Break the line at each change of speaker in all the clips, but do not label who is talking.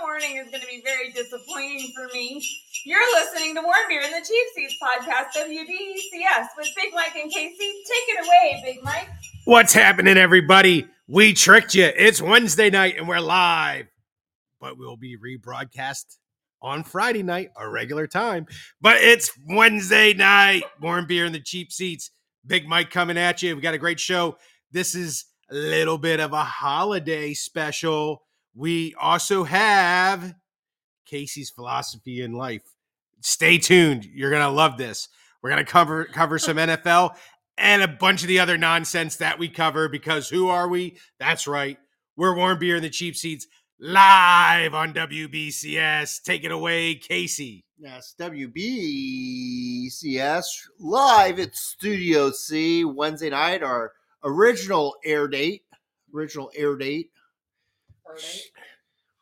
morning is going to be very disappointing for me. You're listening to Warm Beer and the Chief Seats podcast, WBECS, with Big Mike and Casey. Take it away, Big Mike.
What's happening, everybody? We tricked you. It's Wednesday night and we're live, but we'll be rebroadcast on Friday night, our regular time. But it's Wednesday night. Warm beer in the cheap seats. Big Mike coming at you. We got a great show. This is a little bit of a holiday special. We also have Casey's philosophy in life. Stay tuned. You're gonna love this. We're gonna cover cover some NFL and a bunch of the other nonsense that we cover because who are we? That's right. We're Warm Beer in the Cheap Seats live on WBCS. Take it away, Casey.
Yes, WBCS live at Studio C Wednesday night. Our original air date, original air date,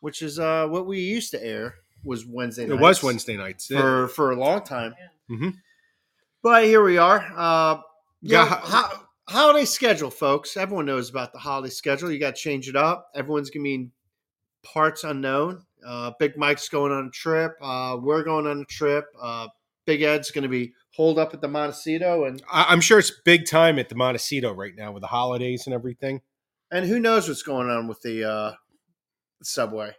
which is uh, what we used to air was Wednesday.
It was
nights
Wednesday nights.
for for a long time.
Yeah. Mhm.
But here we are. Uh,
Yeah.
yeah, ho- holiday schedule, folks. Everyone knows about the holiday schedule. You got to change it up. Everyone's gonna be in parts unknown. Uh, Big Mike's going on a trip. Uh, we're going on a trip. Uh, Big Ed's gonna be holed up at the Montecito, and
I- I'm sure it's big time at the Montecito right now with the holidays and everything.
and who knows what's going on with the uh, subway.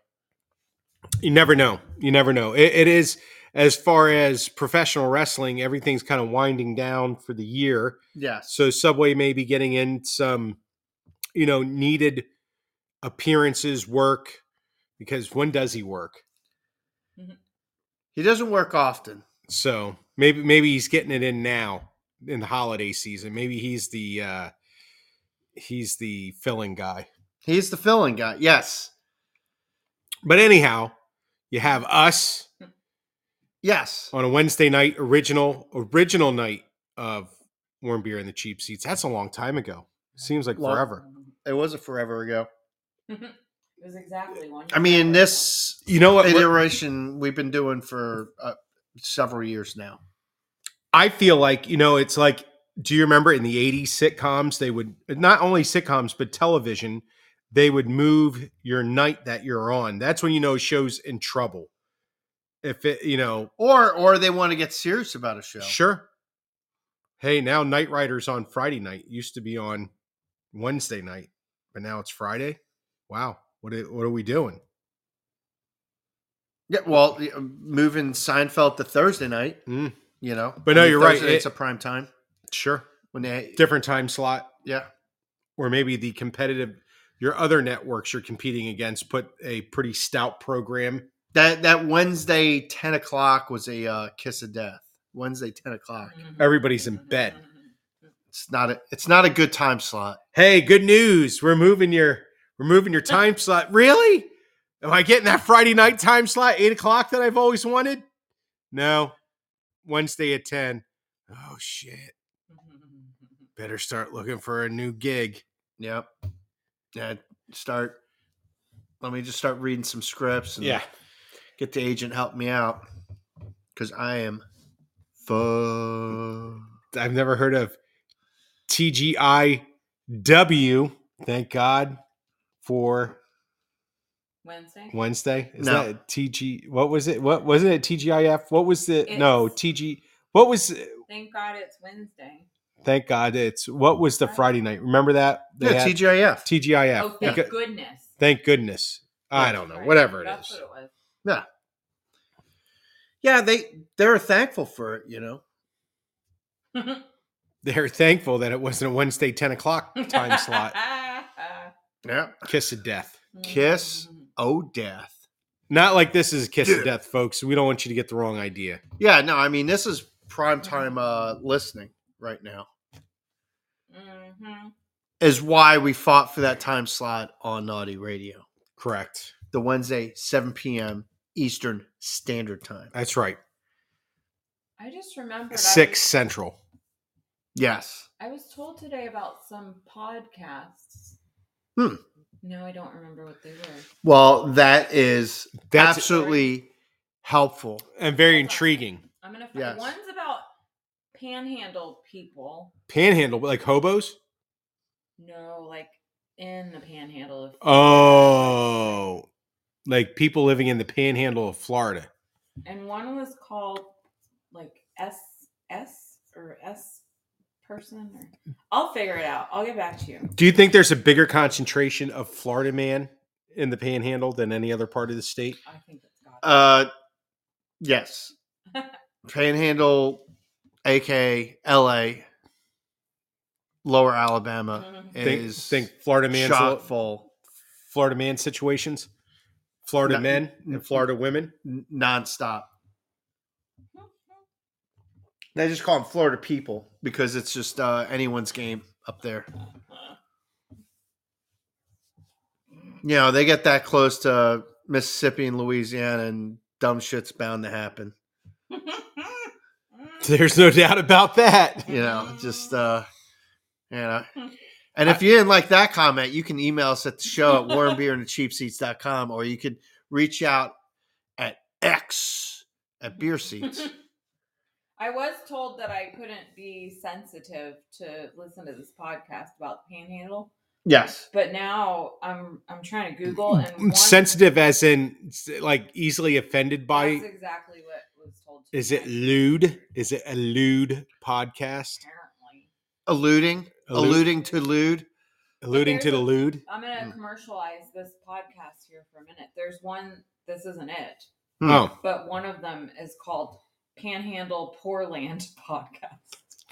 You never know. You never know. It, it is as far as professional wrestling, everything's kind of winding down for the year.
Yes,
So Subway may be getting in some, you know, needed appearances, work, because when does he work?
he doesn't work often.
So maybe maybe he's getting it in now in the holiday season. Maybe he's the uh he's the filling guy.
He's the filling guy. Yes,
But anyhow, you have us
yes.
on a Wednesday night, original original night of warm beer in the cheap seats. That's a long time ago. Seems like
Long-
forever.
It was a forever ago.
It was exactly one.
I mean, this
You know what? We're-
iteration we've been doing for uh, several years now.
I feel like you know it's like. Do you remember in the '80s sitcoms? They would not only sitcoms but television. They would move your night that you're on. That's when you know a show's in trouble. If it, you know,
Or or they want to get serious about a show.
Sure. Hey, now Night Riders on Friday night used to be on Wednesday night, but now it's Friday. Wow, what are, what are we doing?
Yeah, well, y- uh, moving Seinfeld to Thursday night,
Mm.
you know.
But no, you're right,
Thursday It's
it-
a prime time
Sure,
when they.
different time slot,
Yeah,
or maybe the competitive your other networks you're competing against put a pretty stout program.
that that Wednesday ten o'clock was a uh, kiss of death. Wednesday ten o'clock.
Everybody's in bed.
It's not a it's not a good time slot.
Hey, good news! We're moving your we're moving your time slot. Really? Am I getting that Friday night time slot, eight o'clock that I've always wanted? No, Wednesday at ten. Oh shit. better start looking for a new gig.
Yep. Yeah. Start. Let me just start reading some scripts. And get the agent help me out because I am fucked.
I've never heard of TGIW. Thank God for
Wednesday.
Wednesday. Is
No.
that TG? What was it? What wasn't it? TGIF? What was the no
It's-
TG? What was?
Thank God it's Wednesday.
Thank God it's what was the Friday night? Remember that They
Yeah,
had
TGIF.
TGIF.
oh,
Thank
thank
go-
goodness.
Thank goodness. I don't know.
Right.
Whatever it
That's
is.
what it was.
Yeah, they they're thankful for it, you know.
They're thankful that it wasn't a Wednesday ten o'clock time slot.
Yeah.
Kiss of death.
Kiss. Oh, death.
Not like this is a kiss of
Yeah.
death, folks. We don't want you to get the wrong idea.
Yeah, no, I mean this is prime time uh, listening right now.
Mm-hmm.
Is why we fought for that time slot on Naughty Radio,
Correct.
the Wednesday, seven p.m. Eastern Standard Time.
That's right.
I just remembered I
Six central.
Yes,
I was told today about some podcasts.
Hmm.
No, I don't remember what they were.
well, that is
That's
absolutely helpful.
and very intriguing.
I'm gonna find
Yes.
one's about panhandle people.
Panhandle, like hobos.
Oh.
No, like in the panhandle. If
Oh, like people living in the panhandle of Florida.
and one was called like S S or S person or I'll figure it out. I'll get back to you.
Do you think there's a bigger concentration of Florida man in the panhandle than any other part of the state?
I think it's got it.
Uh, yes. Panhandle, AK, LA, Lower Alabama
Mhm.
Think,
is
think Florida man
shot full.
Florida man situations, Florida
No.
men and Florida women.
n- nonstop. They just call them Florida people because it's just uh, anyone's game up there. You know, they get that close to Mississippi and Louisiana, and dumb shit's bound to happen.
Mm-hmm.
There's no doubt about that.
You know, just uh, you know. And if you didn't like that comment, you can email us at the show at warmbeerandcheapseats.com or you could reach out at X at Beer Seats.
I was told that I couldn't be sensitive to listen to this podcast about Panhandle,
Yes.
but now I'm I'm trying to Google
Mm,
and one-
Sensitive, as in s- like easily offended by.
That's exactly what was told. To
Is
me.
it lewd? Is it a lewd podcast?
Apparently,
Alluding,
Allu-
alluding to lewd.
alluding to the lewd.
I'm gonna
Hmm.
commercialize this podcast here for a minute. There's one. This isn't it,
Hmm.
Oh,
but one of them is called Panhandle Poorland Podcast.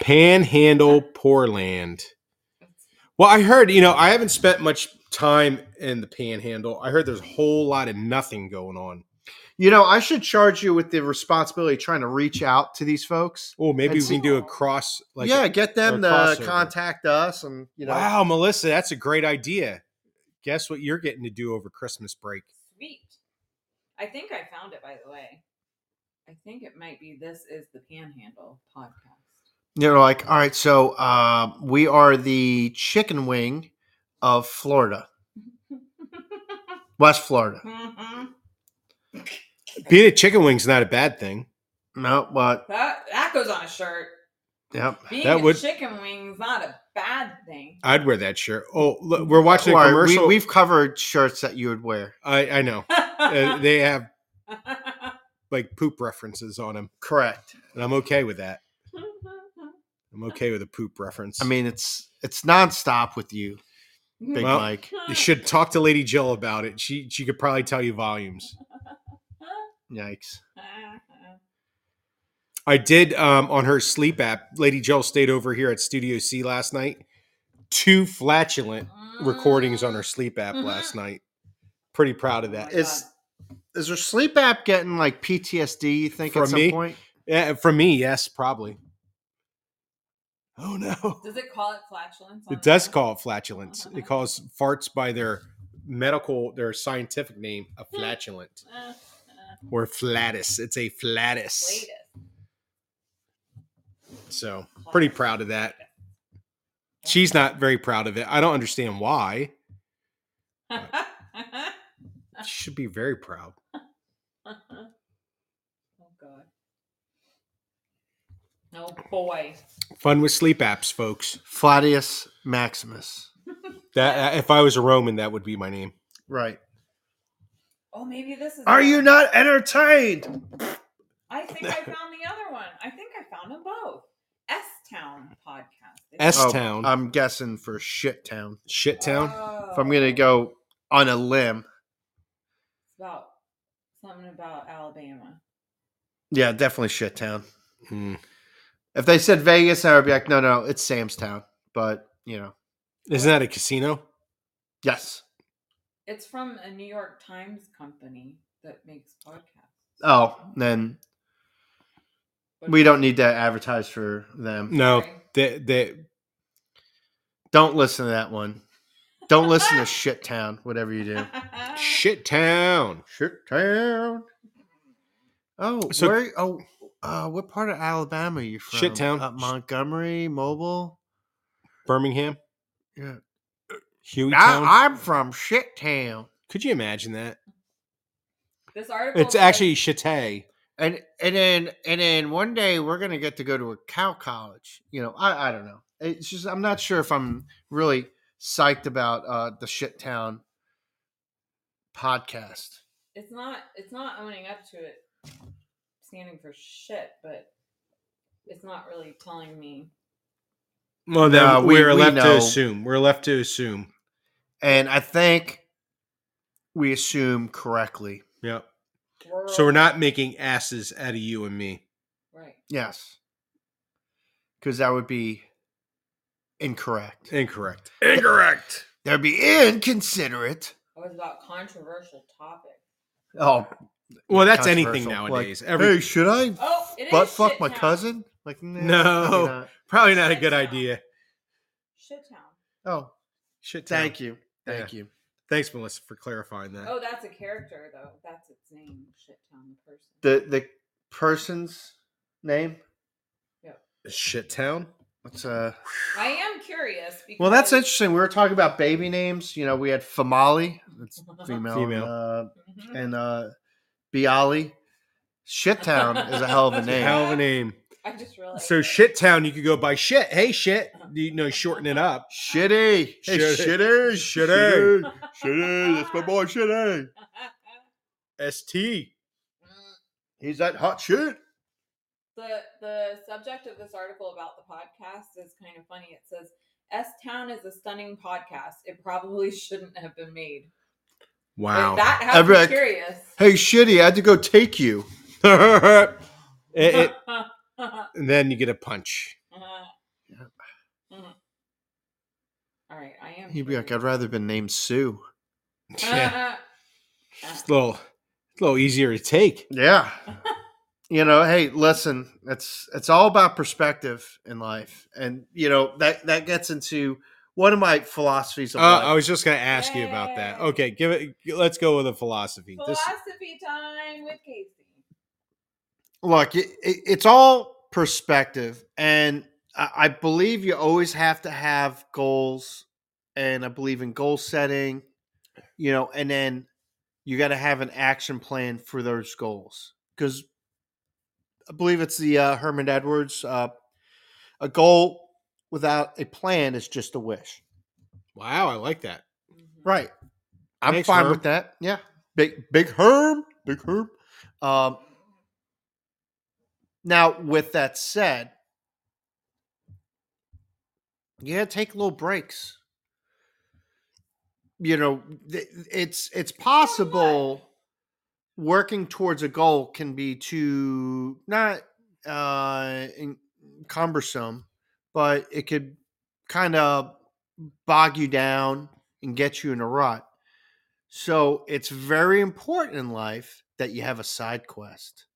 Panhandle Poorland. Well, I heard, you know, I haven't spent much time in the Panhandle. I heard there's a whole lot of nothing going on.
You know, I should charge you with the responsibility of trying to reach out to these folks.
Oh, maybe
It's-
we can do a cross. Like,
yeah, get
or
them to
crossover.
contact us, and you know,
wow, Melissa, that's a great idea. Guess what you're getting to do over Christmas break?
Sweet. I think I found it. By the way, I think it might be. This is the Panhandle Podcast.
they're like, all right, so um, we are the chicken wing of Florida, West Florida.
Mhm.
Eh.
Being a chicken wing's not a bad thing.
No, but
that that goes on a shirt.
yep.
Being
That
a
would-
chicken wing's not a bad thing.
I'd wear that shirt. Oh, look, we're watching
Don't
a
worry,
commercial.
We, have covered shirts that you would wear.
I, I know. Uh, they have like poop references on them,
Correct.
and I'm okay with that. I'm okay with a poop reference.
I mean, it's it's nonstop with you, Big
Well-
Mike.
You should talk to Lady Jill about it. She she could probably tell you volumes.
Yikes.
I did um, on her sleep app. Lady Jill stayed over here at Studio C last night. Two flatulent recordings on her sleep app
Mhm.
last night. Pretty proud of that.
Oh my
Is is her sleep app getting like PTSD? You think
From
at some
me?
point?
Yeah, from Eh, me, yes, probably. Oh no!
Does it call it flatulence? on
It does
there?
call it flatulence. It calls farts by their medical, their scientific name, a flatulent
Uh,
or flatus. It's a flatus.
latest.
So pretty proud of that. She's not very proud of it. I don't understand why.
oh
She should be very proud.
God. Oh boy.
Fun with sleep apps, folks.
Flatius Maximus.
That uh, if I was a Roman, that would be my name.
Right.
Oh, maybe this is.
Are
it.
you not entertained?
I think I found the other one. I think I found them both. S Town podcast. Is it-
S Town,
I'm guessing for shit town.
shit town.
If I'm gonna go on a limb,
It's about something about Alabama.
yeah, definitely shit town.
Hmm.
If they said Vegas, I would be like, no, no, it's Sam's Town. But you know,
Isn't that a casino?
yes.
It's from a New York Times company that makes podcasts.
Oh, then
But
we don't need to advertise for them.
No, they, they,
Don't listen to that one. Don't listen to shit town. Whatever you do,
shit town.
shit town. Oh,
So-
where? Oh, uh, what part of Alabama are you from?
Shit town.
Uh, Montgomery, Mobile.
Birmingham,
Yeah.
Huey Town.
I, I'm from shit town.
Could you imagine that?
this article.
It's
says-
actually Shitay.
And and then and then one day we're gonna get to go to a cow college. You know, I, I don't know. It's just I'm not sure if I'm really psyched about uh, the shit town podcast.
it's not it's not owning up to it, standing for shit, but it's not really telling me.
Well, then
No, we-
we, are
we
left
know.
to assume. We're left to assume.
And I think we assume correctly.
Yep. So we're not making asses out of you and me.
right.
Yes. Because that would be incorrect.
Incorrect. Incorrect.
That'd be inconsiderate.
It was Oh, about controversial topic.
Oh,
Well, that's anything
Controversial.
nowadays.
Like,
Every
hey, should I
Oh, it is
butt fuck
shit
my
town.
cousin? Like, nah,
No.
probably not.
probably not a good idea.
Shit town.
Oh,
Shit. town.
thank you, thank you.
Thanks, Melissa, for clarifying that.
Oh, that's a character though. That's its name. Shit town. The person.
The the person's name.
Shit town.
What's uh?
I am curious. Because
Well, that's interesting. We were talking about baby names. You know, we had Famali, that's female,
Female.
Uh,
Mhm.
and uh, Bialy. Shittown is a hell of a name.
Hell of a name.
I just realized.
So
that.
shit town, you could go by shit. Hey, shit. You know, shorten it up.
Shitty. Hey,
Shitty.
shitty.
Shitty.
Shitty. Shitty. That's my boy, Shitty.
St.
He's that hot shit.
the the subject of this article about the podcast is kind of funny. It says S Town is a stunning podcast. It probably shouldn't have been made.
Wow.
That
I
has me
bet-
curious.
Hey, shitty. I had to go take you.
It- it- and then you get a punch.
Mhm. All right, I am.
He'd be like,
curious.
I'd rather been named Sue.
Yeah, it's a little, it's a little easier to take.
Yeah. you know, hey, listen, it's it's all about perspective in life. And you know, that that gets into one of my philosophies
Uh,
of
I
life.
was just going to ask you about that.
Yay.
Okay, give it. Let's go with a philosophy. This,
Philosophy time with Casey.
Look, it, it, it's all perspective. And I, I believe you always have to have goals and I believe in goal setting, you know, and then you got to have an action plan for those goals because I believe it's the uh, Herman Edwards. Uh, a goal without a plan is just a wish.
wow, I like that.
Mhm.
Right. I'm
Thanks,
fine
Herm.
with that. Yeah. Big big Herm. Big Herm. Um, now, with that said, you gotta take little breaks. You know, th- it's it's possible working towards a goal can be too not uh, in- cumbersome, but it could kind of bog you down and get you in a rut. So it's very important in life that you have a side quest.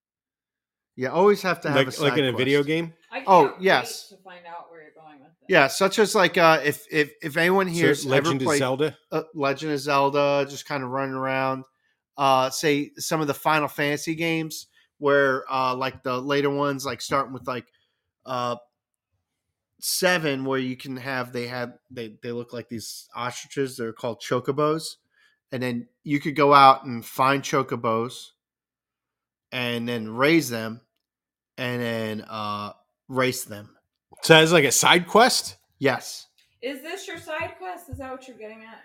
You always have to have a
Like,
side
like in a video
quest.
game.
I can't
Oh,
wait
yes.
to find out where you're going with this.
Yeah, such as like uh, if if if anyone
So
here has
Legend
ever
of
played
Zelda.
uh, Legend of Zelda, just kind of running around, uh, say some of the Final Fantasy games where uh, like the later ones, like starting with like uh, seven, where you can have they have they they look like these ostriches. They're called chocobos, and then you could go out and find chocobos, and then raise them, and then uh, race them.
So that's like a side quest,
Yes.
Is this your side quest? Is that what you're getting at?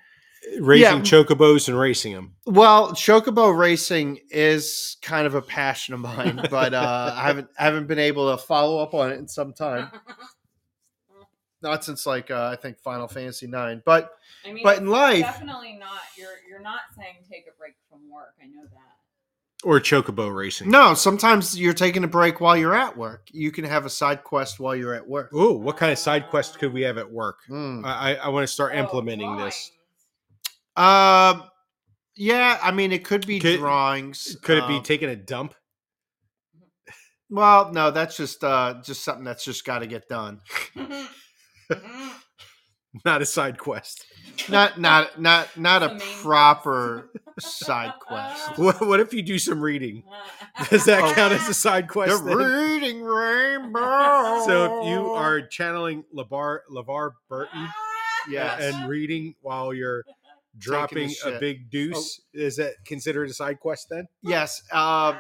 raising
Yeah.
chocobos and racing them.
Well, chocobo racing is kind of a passion of mine, but uh, I haven't I haven't been able to follow up on it in some time.
Uh-huh. Uh,
Not since like uh, I think Final Fantasy Nine, but
I mean,
but in life,
definitely not. You're you're not saying take a break from work. I know that.
Or chocobo racing.
no. Sometimes you're taking a break while you're at work. You can have a side quest while you're at work.
Ooh, what kind of side quest could we have at work?
Mm.
I, I, I want to start implementing
Oh,
this.
Um, yeah, I mean it could be
Could-
drawings.
Could it be
um,
taking a dump?
well, no, that's just uh, just something that's just got to get done.
drawings. Mhm.
Not a side quest.
Not not not not
The
a
main quest.
proper side quest.
What, what if you do some reading?
Mhm.
Does that
Oh.
count as a side quest?
The
then?
reading rainbow.
So if you are channeling LeVar, LeVar Burton
yes,
and reading while you're
a
dropping a
shit. Oh.
big deuce, is that considered a side quest then?
yes, uh,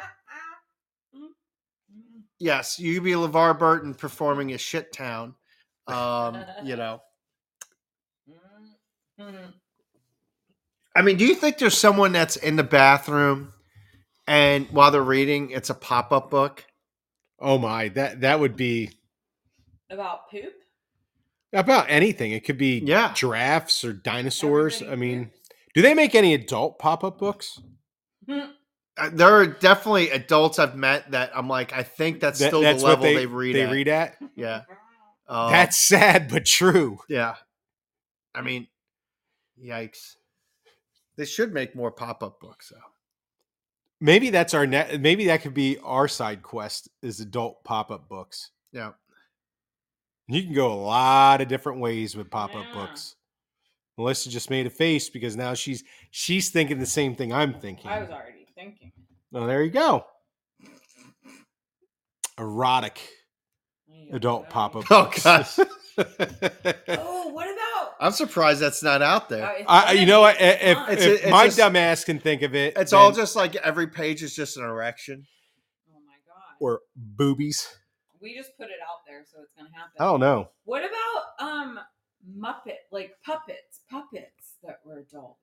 yes, you be LeVar Burton performing a shit town. Um, you know,
Mhm.
I mean, do you think there's someone that's in the bathroom and while they're reading, it's a pop up book.
Oh my, that that would be
about poop.
about anything. It could be
Yeah.
giraffes or dinosaurs. I
Everybody
mean,
poops.
do they make any adult pop up books?
Uh, There are definitely adults I've met that I'm like, I think that's
That-
still the
what
level they, read.
They
at.
read at.
Yeah. Uh,
That's sad but true.
yeah. I mean, yikes. They should make more pop up books though.
Maybe that's our net. Maybe that could be our side quest is adult pop up books.
Yeah.
And you can go a lot of different ways with pop up
Yeah.
books. Melissa just made a face because now she's she's thinking the same thing I'm thinking.
I was already thinking.
Oh, there you go. Erotic
Yeah,
adult
okay.
pop up.
Oh, God.
Oh, what about?
I'm surprised that's not out there.
Oh, it's
I, you know what? i- If,
gonna be
It's
fun.
a-
if
it's
my
just-
dumb ass can think of it,
It's all
then-
just like every page is just an erection.
oh my god.
or boobies.
we just put it out there, so it's gonna happen.
I don't know.
What about um Muppet like puppets, puppets that were adult,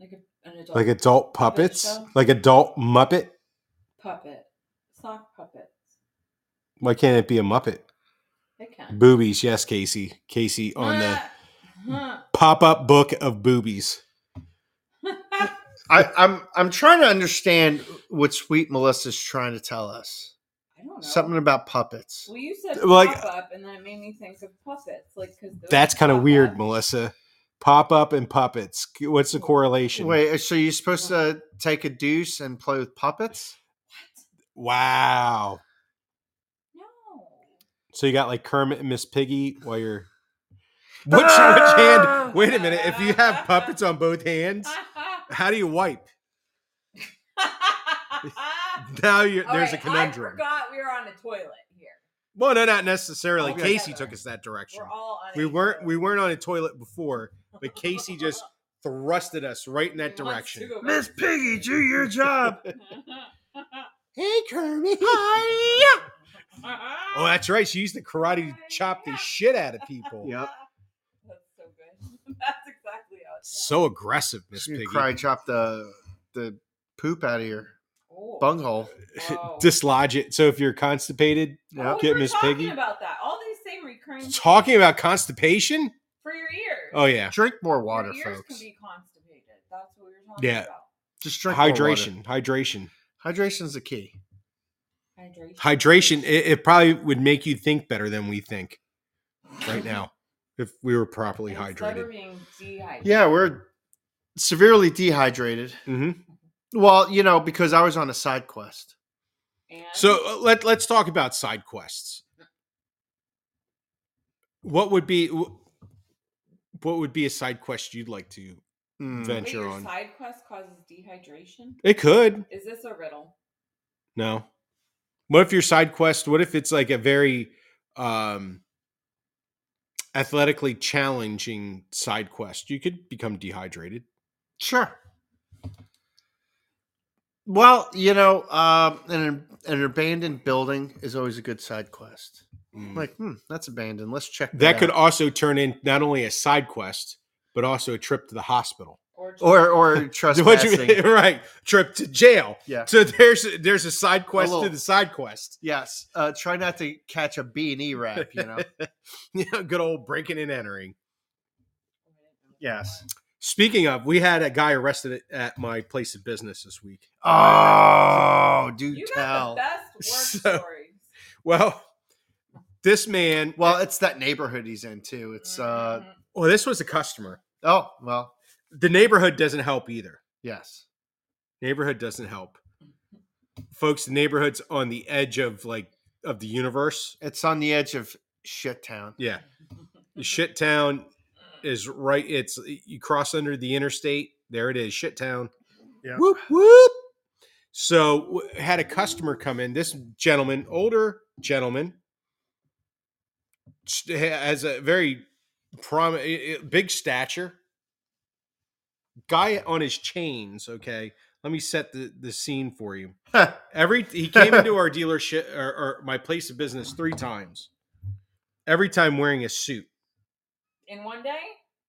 like a, an adult,
Like adult puppets,
show?
like adult Muppet.
puppet, sock puppets.
Why can't it be a Muppet?
They can
Boobies, yes, Casey. Casey on
Ah.
the
Huh.
pop up book of boobies.
I
I, I'm I'm trying to understand what Sweet Melissa's trying to tell us.
don't know
Something about puppets.
Well, you said
Like-
pop up, and that made me think of puppets, like because
That's kind of weird, Melissa. Pop up and puppets. What's the correlation?
Wait, uh, so you're supposed to take a deuce and play with puppets?
Wow.
No,
So you got like Kermit and Miss Piggy while you're. Which, which hand? Wait a minute. If you have puppets on both hands, how do you wipe? Now you
All
there's a
right, I
conundrum.
forgot we were on a toilet here.
Well, no, not necessarily.
Okay.
Casey took us that direction.
We're all on.
We
a
weren't
toilet.
we weren't on a toilet before, but Casey just thrusted us right in that
He wants
direction.
to go
Miss
back.
Piggy, do your job.
Hey, Kermit. Oh, that's right. She used the karate to chop the shit out of people.
Yep.
That's so good. That's exactly how it's
So aggressive, Miss
She's gonna
Piggy.
cry chop the the poop out of your
oh.
bunghole.
Oh.
Dislodge it. So if you're constipated,
Oh,
Yep.
we
Get
were
Miss
talking
Piggy.
about that. All these same recurring
talking about constipation.
for your ears.
Oh yeah,
Drink more
Your
water,
ears can
folks.
be constipated. That's what we were talking
Yeah.
about.
Just drink more water.
hydration, hydration,
Hydration's the key.
Hydration.
hydration. It, it probably would make you think better than we think right now if we were properly
And instead of
hydrated.
being dehydrated.
Yeah, we're severely dehydrated.
hmm
Well, you know, because I was on a side quest.
And
So uh, let let's talk about side quests. What would be wh- what would be a side quest you'd like to Vent.
Mm.
Wait,
venture
your
on?
side quest causes dehydration.
It could.
Is this a riddle?
No. What if your side quest? What if it's like a very um athletically challenging side quest? You could become dehydrated.
Sure. Well, you know, um, an an abandoned building is always a good side quest. I'm like, hmm, that's abandoned. Let's check that.
that could
out."
also turn in not only a side quest but also a trip to the hospital.
Or just-
or or
What you-
trespassing.
right, trip to jail.
yeah.
So there's there's a side quest to
little-
the side quest.
Yes. Uh, try not to catch a B and E rap. You know.
You know, good old breaking and entering.
yes.
Speaking of, we had a guy arrested at- at my place of business this week.
Oh, do
You got
tell.
the best work
So-
stories.
Well, this man.
Well, it's that neighborhood he's in too. It's uh
Mhm.
well, this was a
Mm-hmm.
customer.
oh well
the neighborhood doesn't help either.
yes
Neighborhood doesn't help. Folks, the neighborhood's on the edge of like of the universe.
it's on the edge of shit town.
Yeah. The shit town is right. It's you cross under the interstate. There it is, shit town.
Yeah.
Whoop whoop. So w- had a customer come in. This gentleman, older gentleman, st- has a very prominent, big stature. Guy on his chains. Okay, let me set the the scene for you. Every he came into our dealership or, or my place of business three times. Every time wearing a suit.
In one day?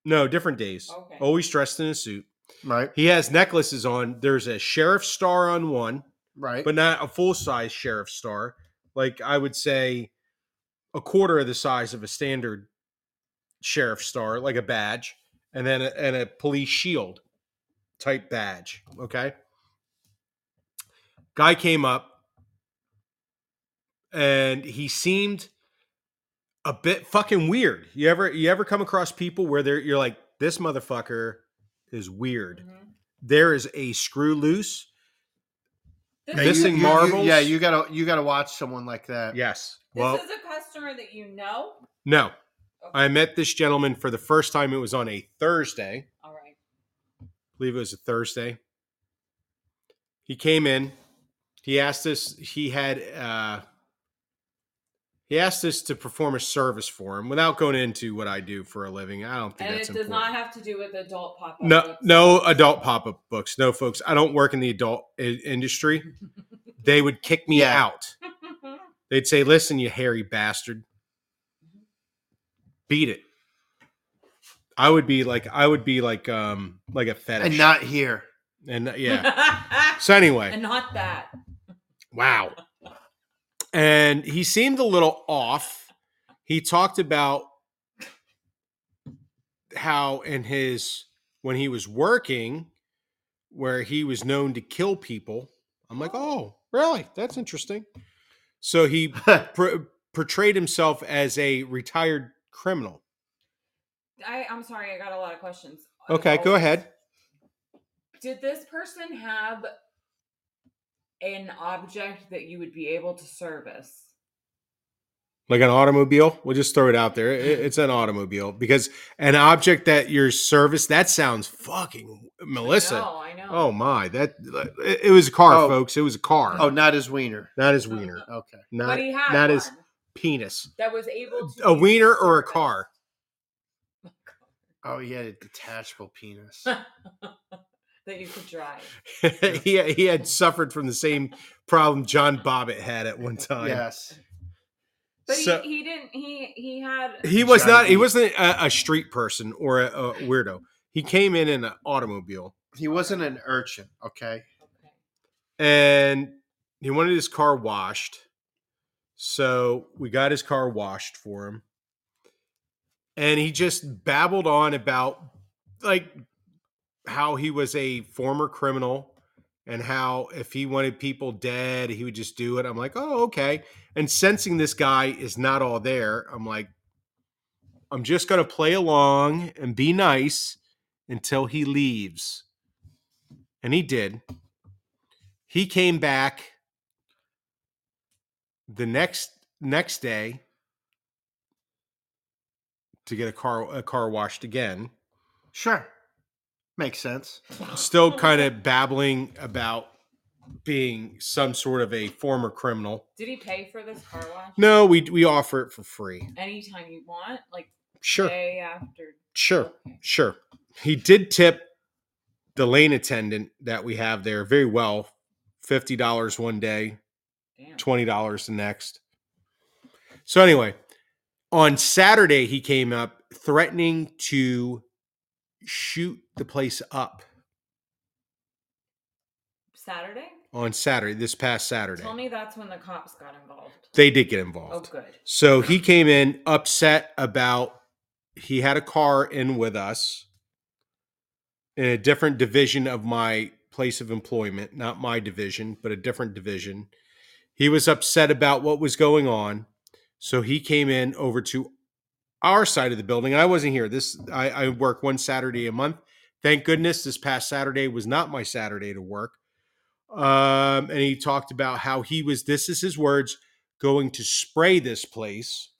No, different days.
Okay.
Always dressed in a suit.
Right.
He has necklaces on. There's a sheriff star on one,
Right.
but not a full size sheriff star. Like I would say, a quarter of the size of a standard sheriff star, like a badge, and then a, and a police shield type badge. Okay. Guy came up, and he seemed a bit fucking weird. You ever you ever come across people where they're you're like this motherfucker is weird.
Mhm.
There is a screw loose.
This,
Yeah, you-
missing
you- you-
marbles?
yeah, you gotta you gotta watch someone like that.
Yes.
this
Well,
is a customer that you know.
no.
Okay.
I met this gentleman for the first time. It was on a Thursday.
All right.
I believe it was a Thursday. He came in. He asked us. He had. Uh, he asked us to perform a service for him without going into what I do for a living. I don't think
And it
that's
does
important.
not have to do with adult pop up.
no, no adult pop up books. No, folks. I don't work in the adult I- industry. they would kick me
Yeah.
out. They'd say, "Listen, you hairy bastard, beat it." I would be like, I would be like, um, like a fetish,
And not here.
and uh, yeah. So anyway,
and not that.
wow. And he seemed a little off. He talked about how in his when he was working, where he was known to kill people. I'm like, oh, really? That's interesting. So he
Oh,
pr- portrayed himself as a retired criminal.
I, I'm sorry, I got a lot of questions.
Okay, go ahead.
Did this person have an object that you would be able to service?
Like an automobile, we'll just throw it out there. I- It's an automobile because an object that your service that sounds fucking Melissa.
No, I know.
Oh my, that it it was a car,
Oh.
folks. It was a car.
oh, not his wiener.
not his wiener,
Okay.
not
but he had
not
one
his penis.
that was able to
A
be
wiener or a
serviced.
car?
Oh, he had a detachable penis.
that you could drive.
he he had suffered from the same problem John Bobbitt had at one time.
yes.
But
So-
he, he didn't. He he had.
he was not he
Johnny.
wasn't a, a street person or a, a weirdo he came in in an automobile
He wasn't an urchin. Okay.
Okay.
and he wanted his car washed so we got his car washed for him and he just babbled on about like how he was a former criminal and how if he wanted people dead he would just do it i'm like oh okay and sensing this guy is not all there i'm like i'm just going to play along and be nice until he leaves and he did he came back the next next day to get a car a car washed again
Sure. Makes sense.
still kind of babbling about being some sort of a former criminal.
Did he pay for this car wash?
No, we we offer it for free.
Anytime you want, like
Sure,
day after.
sure, sure. He did tip the lane attendant that we have there very well. Fifty dollars one day,
Damn.
twenty dollars the next. So anyway, on Saturday he came up threatening to shoot the place up
Saturday?
on Saturday, this past Saturday.
Tell me that's when the cops got involved.
They did get involved.
Oh, good.
So he came in upset about he had a car in with us in a different division of my place of employment, not my division, but a different division. He was upset about what was going on. So he came in over to our side of the building. I wasn't here. This I, I work one Saturday a month. Thank goodness this past Saturday was not my Saturday to work. Um, and he talked about how he was, this is his words, going to spray this place,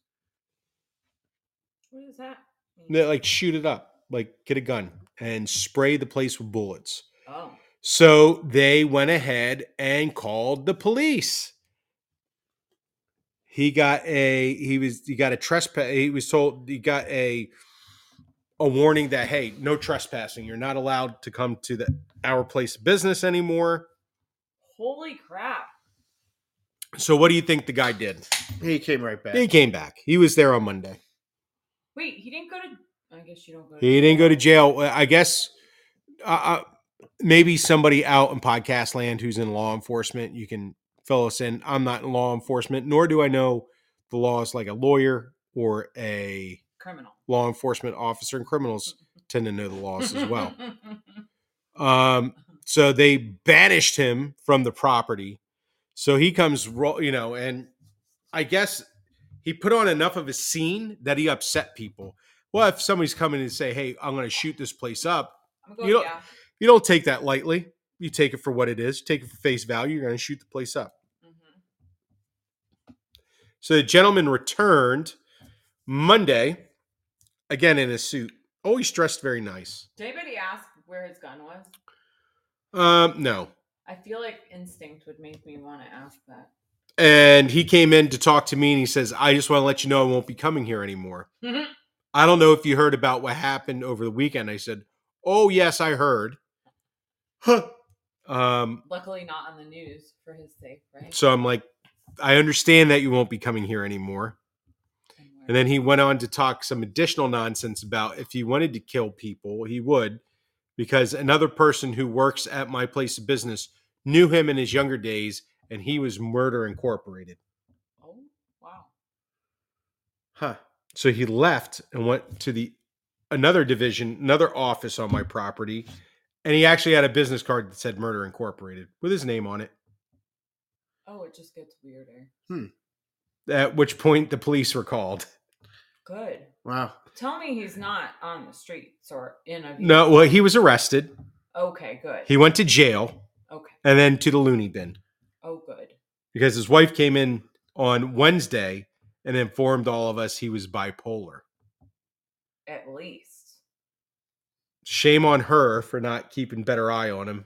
What is that? mean?
No, like shoot it up, like get a gun and spray the place with bullets.
Oh.
So they went ahead and called the police. He got a he was he got a trespass. He was told he got a a warning that hey, no trespassing. You're not allowed to come to the our place of business anymore.
Holy crap.
So what do you think the guy did?
He came right back.
He came back. He was there on Monday.
Wait, he didn't go to. I guess you don't go to.
He didn't go to jail. Uh, I guess uh, uh, maybe somebody out in podcast land who's in law enforcement, you can fill us in. I'm not in law enforcement, nor do I know the laws like a lawyer or a
Criminal.
law enforcement officer, and criminals tend to know the laws as well. Um, so they banished him from the property. So he comes, ro- you know, and I guess he put on enough of a scene that he upset people. Well, if somebody's coming and say, "Hey, I'm going to shoot this place up,"
I'm going,
You don't-
yeah.
you don't take that lightly. You take it for what it is. You take it for face value. You're going to shoot the place up.
Mhm.
So the gentleman returned Monday, again in his suit, always dressed very nice.
Did anybody ask where his gun was?
Um, no,
I feel like instinct would make me want to ask that.
and he came in to talk to me and he says i just want to let you know i won't be coming here anymore
Mhm.
i don't know if you heard about what happened over the weekend i said oh yes i heard huh. um,
Luckily, not on the news for his sake, right?
so i'm like i understand that you won't be coming here anymore and then he went on to talk some additional nonsense about if he wanted to kill people he would because another person who works at my place of business knew him in his younger days and he was murder incorporated
oh wow,
Huh.
So he left and went to the another division, another office on my property, and he actually had a business card that said Murder Incorporated with his name on it.
oh it just gets weirder.
At which point the police were called.
Good.
Wow.
Tell me he's not on the streets or in a
No, well, he was arrested.
Okay, good.
He went to jail
okay.
and then to the loony bin
Oh, good.
because his wife came in on Wednesday and informed all of us he was bipolar.
At least.
Shame on her for not keeping better eye on him,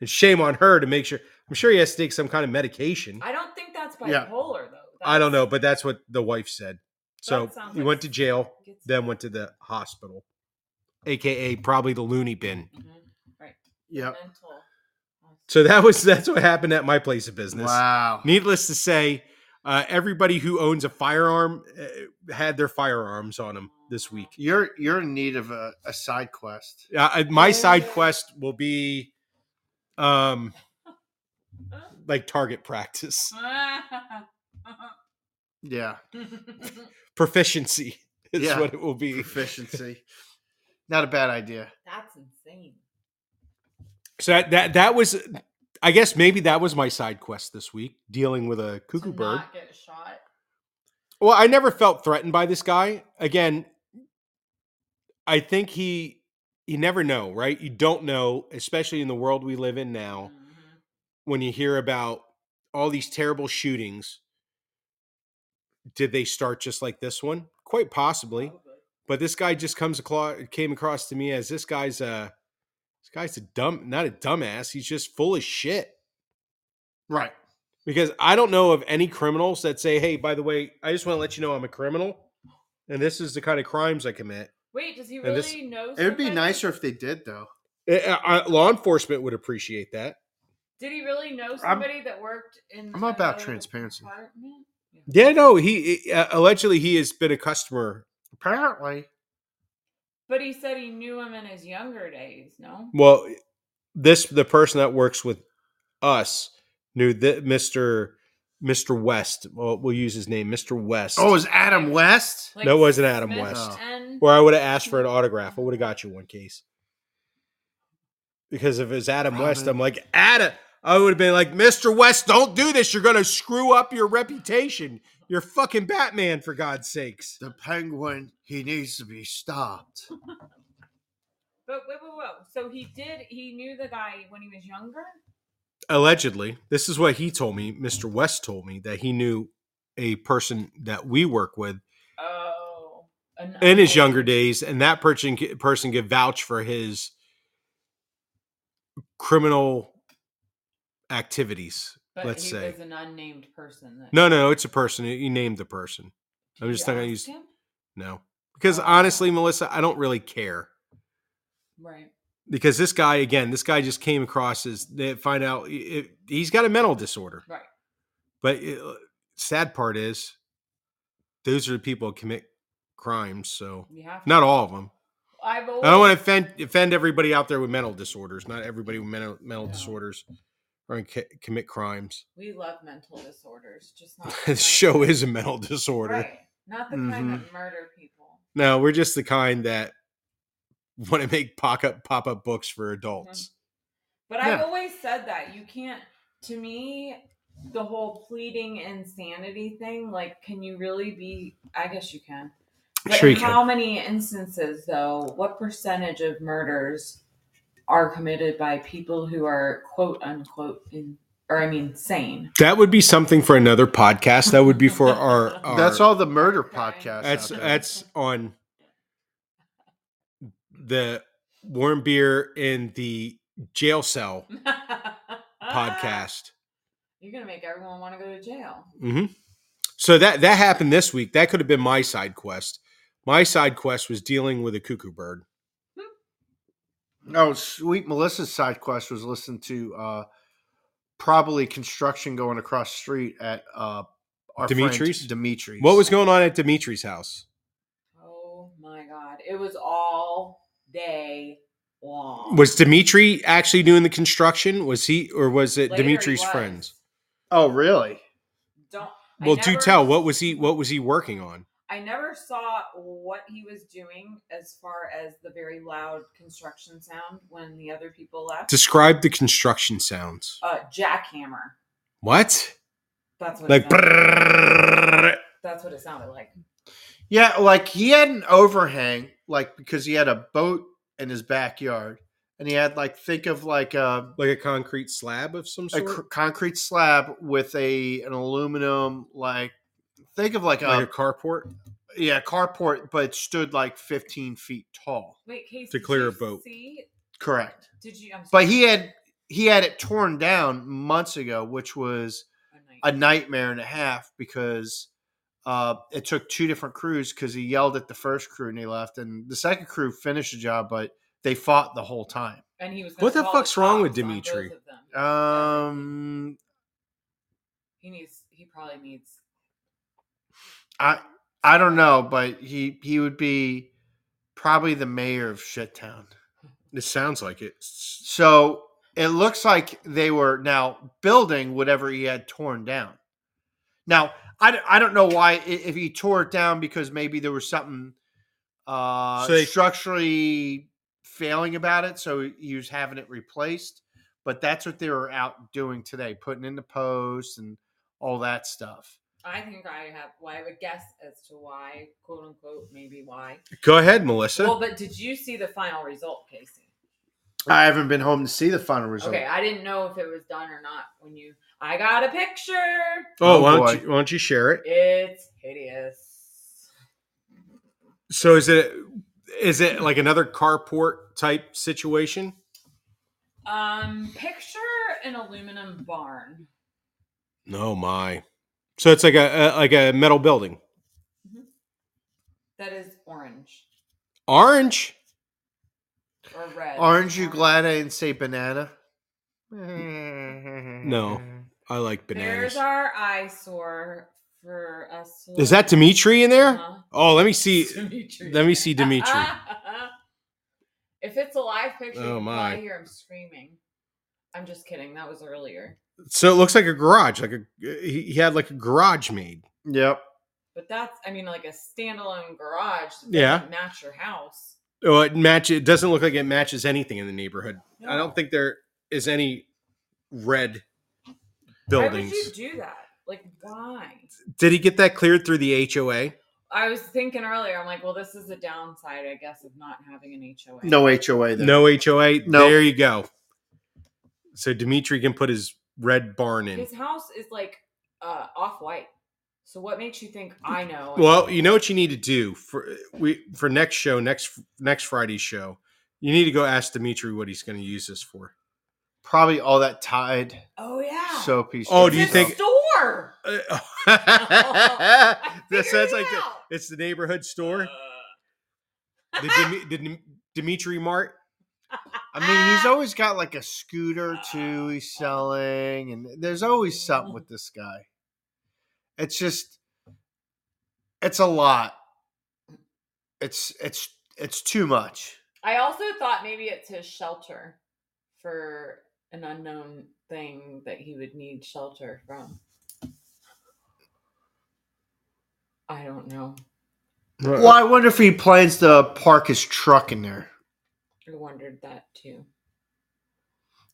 and shame on her to make sure. I'm sure he has to take some kind of medication.
I don't think that's bipolar
Yeah.
though.
I don't know,
That's-
but that's what the wife said. So
sounds
he
like
went to jail,
gets-
then went to the hospital, aka probably the loony bin.
Mhm. Right.
Yep.
Mental.
Uh, So that was that's what happened at my place of business.
Wow.
Needless to say, uh, everybody who owns a firearm uh, had their firearms on them this week.
You're you're in need of a, a side quest.
Uh, I- my side
Yeah.
quest will be, um, like target practice,
Yeah.
proficiency is
Yeah.
what it will be.
Proficiency. Not a bad idea.
that's insane.
So that, that that was, I guess maybe that was my side quest this week, dealing with a cuckoo
to
bird.
Not get shot.
Well, I never felt threatened by this guy. Again, I think he you never know, right? You don't know, especially in the world we live in now,
Mhm.
when you hear about all these terrible shootings. Did they start just like this one? Quite possibly.
Probably.
But this guy just comes across came across to me as this guy's a this guy's a dumb not a dumbass, he's just full of shit.
Right.
Because I don't know of any criminals that say, hey, by the way, I just want to let you know I'm a criminal and this is the kind of crimes I commit.
Wait, does he
And
really
this-
know?
It would be
somebody?
nicer if they did though.
Eh, eh, uh, law enforcement would appreciate that.
Did he really know somebody that worked in?
I'm about
another
transparency.
department? Yeah.
Yeah, no, he eh, uh, allegedly he has been a customer.
Apparently.
But he said he knew him in his younger days. No.
Well, this the person that works with us knew that Mr. Mr. West. Well, we'll use his name, Mr. West.
Oh, is Adam West?
Like
No, it wasn't Adam
Smith
West.
And
or I would have asked for an autograph. I would have got you one case because if it's Adam West,
Robin.
I'm like Adam. I would have been like, Mr. West, don't do this. You're going to screw up your reputation. You're fucking Batman, for God's sakes.
The penguin, he needs to be stopped.
but wait, wait, wait. So he did. He knew the guy when he was younger.
allegedly this is what he told me mr west told me that he knew a person that we work with
Oh. an-
in his younger days and that person person could vouch for his criminal activities
But
let's
he
say
was an unnamed person. That
no no it's a person you named the person
Did
I'm
you
just not gonna
ask
use-
him?
no
Oh.
because honestly melissa i don't really care
Right.
because this guy again this guy just came across as they find out i- i- he's got a mental disorder
Right.
But it, sad part is, those are the people who commit crimes. So
You have to.
not all of them.
I've always
I don't want to offend, offend everybody out there with mental disorders. Not everybody with mental, mental
No.
disorders or in ca- commit crimes.
we love mental disorders, just not the kind-
this show Mm-hmm. is a mental disorder.
Right. Not the kind that murder people.
No, we're just the kind that want to make pop up pop up books for adults.
But I've
Yeah.
always said that you can't. To me, the whole pleading insanity thing. Like, can you really be? I guess you can. But
Sure you
in how many instances, though? What percentage of murders are committed by people who are quote unquote in, or I mean, sane?
That would be something for another podcast. That would be for our. our
That's all the murder
Okay.
podcast.
That's
out there.
that's on the warm beer in the jail cell
Ah.
podcast.
You're gonna make everyone want to go to jail.
hmm So that that happened this week. That could have been my side quest. My side quest was dealing with a cuckoo bird.
Oh, sweet Melissa's side quest was listening to uh, probably construction going across the street at uh, our friend
Dimitri's?
Dimitri's.
What was going on at Dimitri's house?
Oh my god! It was all day long.
Was Dimitri actually doing the construction? Was he or was it
Later he
Dimitri's
was.
friends?
Oh, really?
Don't. I
Well, do
never-
tell. What was he? What was he working on?
I never saw what he was doing as far as the very loud construction sound when the other people left.
Describe the construction sounds.
uh, jackhammer.
What?
That's what.
Like
it sounded,
brrrr.
that's what it sounded like.
Yeah, like he had an overhang, like because he had a boat in his backyard, and he had like think of like a,
like a concrete slab of some
a
sort,
cr- concrete slab with a an aluminum like think of like,
like a
a
carport.
yeah carport, but it stood like fifteen feet tall.
Wait, Casey.
To clear
did
a
you
boat.
See,
Correct.
did you? I'm
but he had he had it torn down months ago, which was
Oh,
a nightmare and a half because uh, it took two different crews because he yelled at the first crew and he left, and the second crew finished the job, but they fought the whole time.
and he was.
What the
gonna call
fuck's wrong with
cops on both
Dimitri? Uh,
of them.
Um,
he needs. He probably needs.
I I don't know, but he he would be probably the mayor of Shit Town.
It sounds like it.
So it looks like they were now building whatever he had torn down. Now, I, d- I don't know why, i- if he tore it down because maybe there was something uh,
So they-
structurally failing about it. So he was having it replaced. But that's what they were out doing today, putting in the posts and all that stuff.
I think I have. Well, I would guess as to why, quote unquote, maybe why.
Go ahead, Melissa.
well, but did you see the final result, Casey?
I haven't been home to see the final result.
Okay, I didn't know if it was done or not when you. I got a picture.
oh,
Oh,
why
boy.
don't, you, why don't you share it?
It's hideous.
So is it is it like another carport type situation?
Um, picture an aluminum barn.
No, my. So it's like a, a like a metal building.
That is orange
Orange.
or red.
Aren't you glad I didn't say banana?
No. I like bananas.
There's our eyesore for us. To
Is
look
that Dimitri in
at.
there?
Uh-huh.
Oh, let me see.
Dimitri.
let me see Dimitri.
if it's a live picture,
Oh,
oh
my.
my! I hear him screaming. I'm just kidding. That was earlier,
So it looks like a garage. Like a he he had like a garage made.
Yep.
but that's I mean like a standalone garage. That
Yeah.
doesn't match your house.
Oh, it match. It doesn't look like it matches anything in the neighborhood. I
No.
don't think there is any red
Why would
buildings.
you do that? Like, why?
Did he get that cleared through the HOA?
I was thinking earlier. I'm like, well, this is the downside, I guess, of not having an HOA.
No HOA there.
No HOA.
No.
There you go. So Dimitri can put his red barn in.
his house is like uh, off white. So what makes you think I know?
Mm, Well, you know what you need to do for we for next show, next next Friday's show. You need to go ask Dimitri what he's going to use this for.
Probably all that Tide
oh yeah.
soapy.
Oh,
stuff.
do you
It's a
think-
store?
Uh,
That
that sounds
sounds
like the, it's the neighborhood store, the, Dimi- the Dim- Dimitri Mart.
I mean, he's always got like a scooter too. He's selling, and there's always something with this guy. It's just, it's a lot. It's it's It's too much.
I also thought maybe it's his shelter for an unknown thing that he would need shelter from. I don't know.
Well, I wonder if he plans to park his truck in there.
I wondered that too.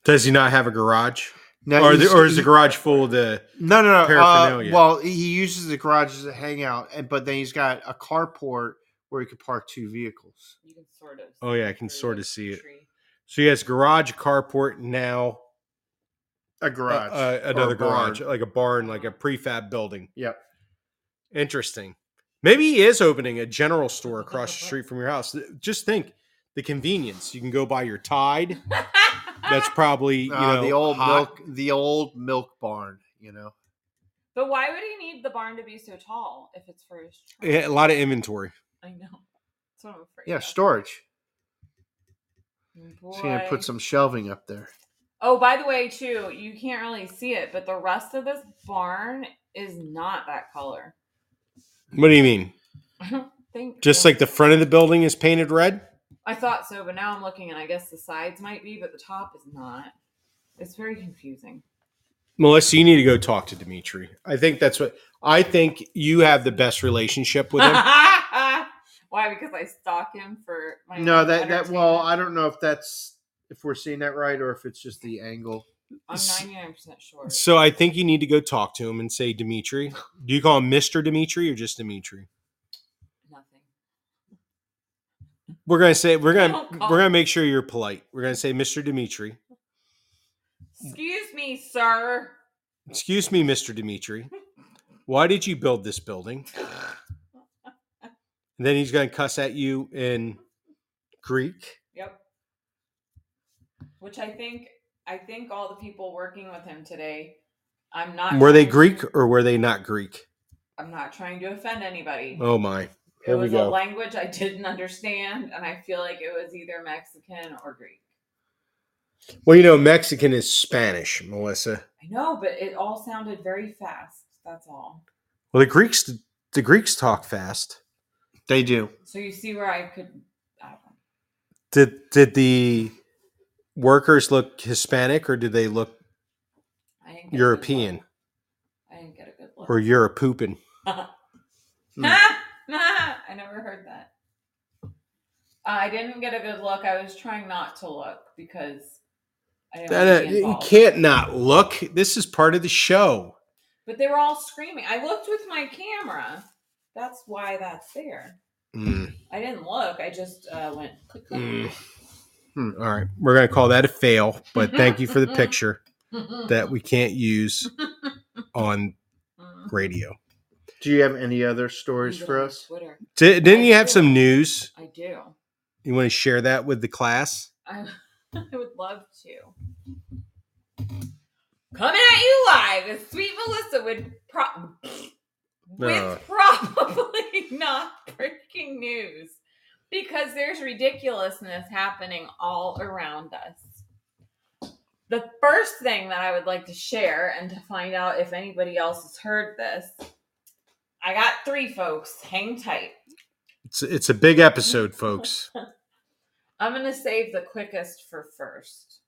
Does he not have a garage,
Now
or the,
he's-
or is the
he-
garage full of the?
No, no, no. uh,
paraphernalia?
well, he uses the garage as a hangout, and but then he's got a carport where he could park two vehicles.
You can sort of.
Oh, yeah, I can
through
sorta
the
see it.
tree.
So he has garage, carport now,
A
uh,
garage,
uh,
or a
another
barn.
garage, like a barn, like a prefab building.
Yep.
Interesting. Maybe he is opening a general store across the street from your house. Th- Just think the convenience. You can go buy your Tide. That's probably you
Uh,
know
the old
hot.
milk, the old milk barn. You know,
But why would he need the barn to be so tall if it's for his truck?
Yeah, a lot of inventory.
I know. That's what I'm afraid
yeah,
of.
storage.
Boy.
He's gonna put some shelving up there.
Oh, by the way, too, you can't really see it, but the rest of this barn is not that color.
What do you mean?
I don't think
Just like the front of the building is painted red.
I thought so, but now I'm looking and I guess the sides might be, but the top is not. It's very confusing.
Melissa, you need to go talk to Dimitri. I think that's what I think you have the best relationship with him.
Why? Because I stalk him for my
No,
own
that that well, I
entertainment?
don't know if that's if we're seeing that right or if it's just the angle.
I'm 99% sure.
so I think you need to go talk to him and say, Dimitri. Do you call him Mr. Dimitri or just Dimitri?
Nothing.
We're gonna say we're gonna
Don't
we're
call
gonna make sure you're polite. We're gonna say Mr. Dimitri.
Excuse me, sir.
Excuse me, Mr. Dimitri. Why did you build this building? And then he's gonna cuss at you in Greek.
Yep. Which I think I think all the people working with him today, I'm not
Were they
trying-
Greek or were they not Greek?
I'm not trying to offend anybody.
Oh my.
it
Here we
was a
go.
language I didn't understand, and I feel like it was either Mexican or Greek.
Well, you know, Mexican is Spanish, Melissa.
I know, but it all sounded very fast. That's all.
Well, the Greeks the Greeks talk fast.
They do.
So you see where I could. I don't know.
Did did the workers look Hispanic or did they look
I didn't get a good
European
look. I didn't get a good look.
or Europoopin?
Hmm.
I never heard that. Uh, I didn't get a good look. I was trying not to look because I didn't want
That,
to
uh,
be
you
involved.
can't not look. This is part of the show.
But they were all screaming. I looked with my camera. That's why that's there.
Mm,
I didn't look. I just uh, went click click.
mm.
Hmm.
All right, we're gonna call that a fail, but thank you for the picture Hmm. that we can't use on
Hmm.
radio.
Do you have any other stories
Even
for
on
us?
Twitter.
Di- didn't you have some news?
I do.
You want to share that with the class?
I, I would love to. Coming at you live is Sweet Melissa would pro-
No.
with probably not breaking news because there's ridiculousness happening all around us. The first thing that I would like to share and to find out if anybody else has heard this, I got three folks. Hang tight.
It's it's a big episode, folks.
I'm going to save the quickest for first.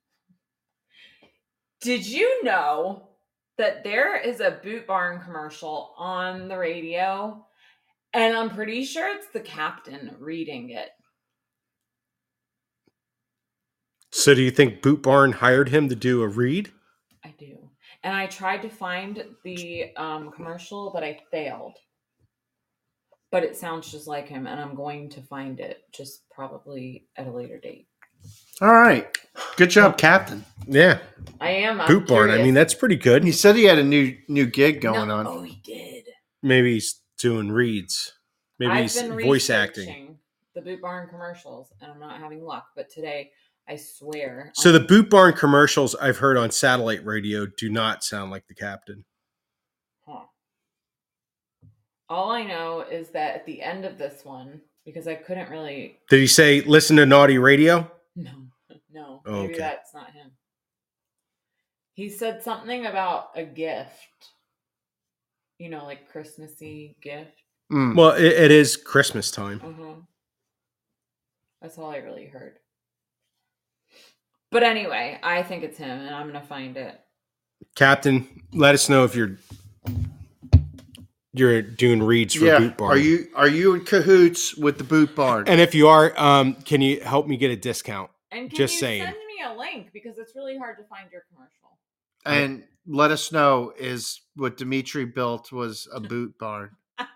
Did you know that there is a Boot Barn commercial on the radio? And I'm pretty sure it's the captain reading it.
So, do you think Boot Barn hired him to do a read?
I do. And I tried to find the um, commercial, but I failed. But it sounds just like him, and I'm going to find it just probably at a later date.
All right. Good job, Captain.
Yeah,
I am. I'm
Boot Barn. I mean,
curious.
that's pretty good.
He said he had a new new gig going
No-
on.
Oh, he did.
Maybe he's doing reads. Maybe
I've
he's
been
voice acting.
researching The Boot Barn commercials, and I'm not having luck. But today, I swear.
So
on-
the Boot Barn commercials I've heard on satellite radio do not sound like the captain.
Huh. all I know is that at the end of this one, because I couldn't really.
Did he say listen to naughty radio?
No, no,
Oh,
maybe
okay.
that's not him. He said something about a gift. You know, like Christmassy gift.
Hmm.
Mm.
Well, it, it is Christmas time.
Uh-huh. That's all I really heard. But anyway, I think it's him, and I'm gonna find it.
Captain, let us know if you're you're doing reads for
yeah.
Boot Barn.
Are you are you in cahoots with the boot barn?
And if you are, um, can you help me get a discount?
And can
Just
you
saying.
send me a link because it's really hard to find your commercial.
and let us know is what Dimitri built was a boot barn.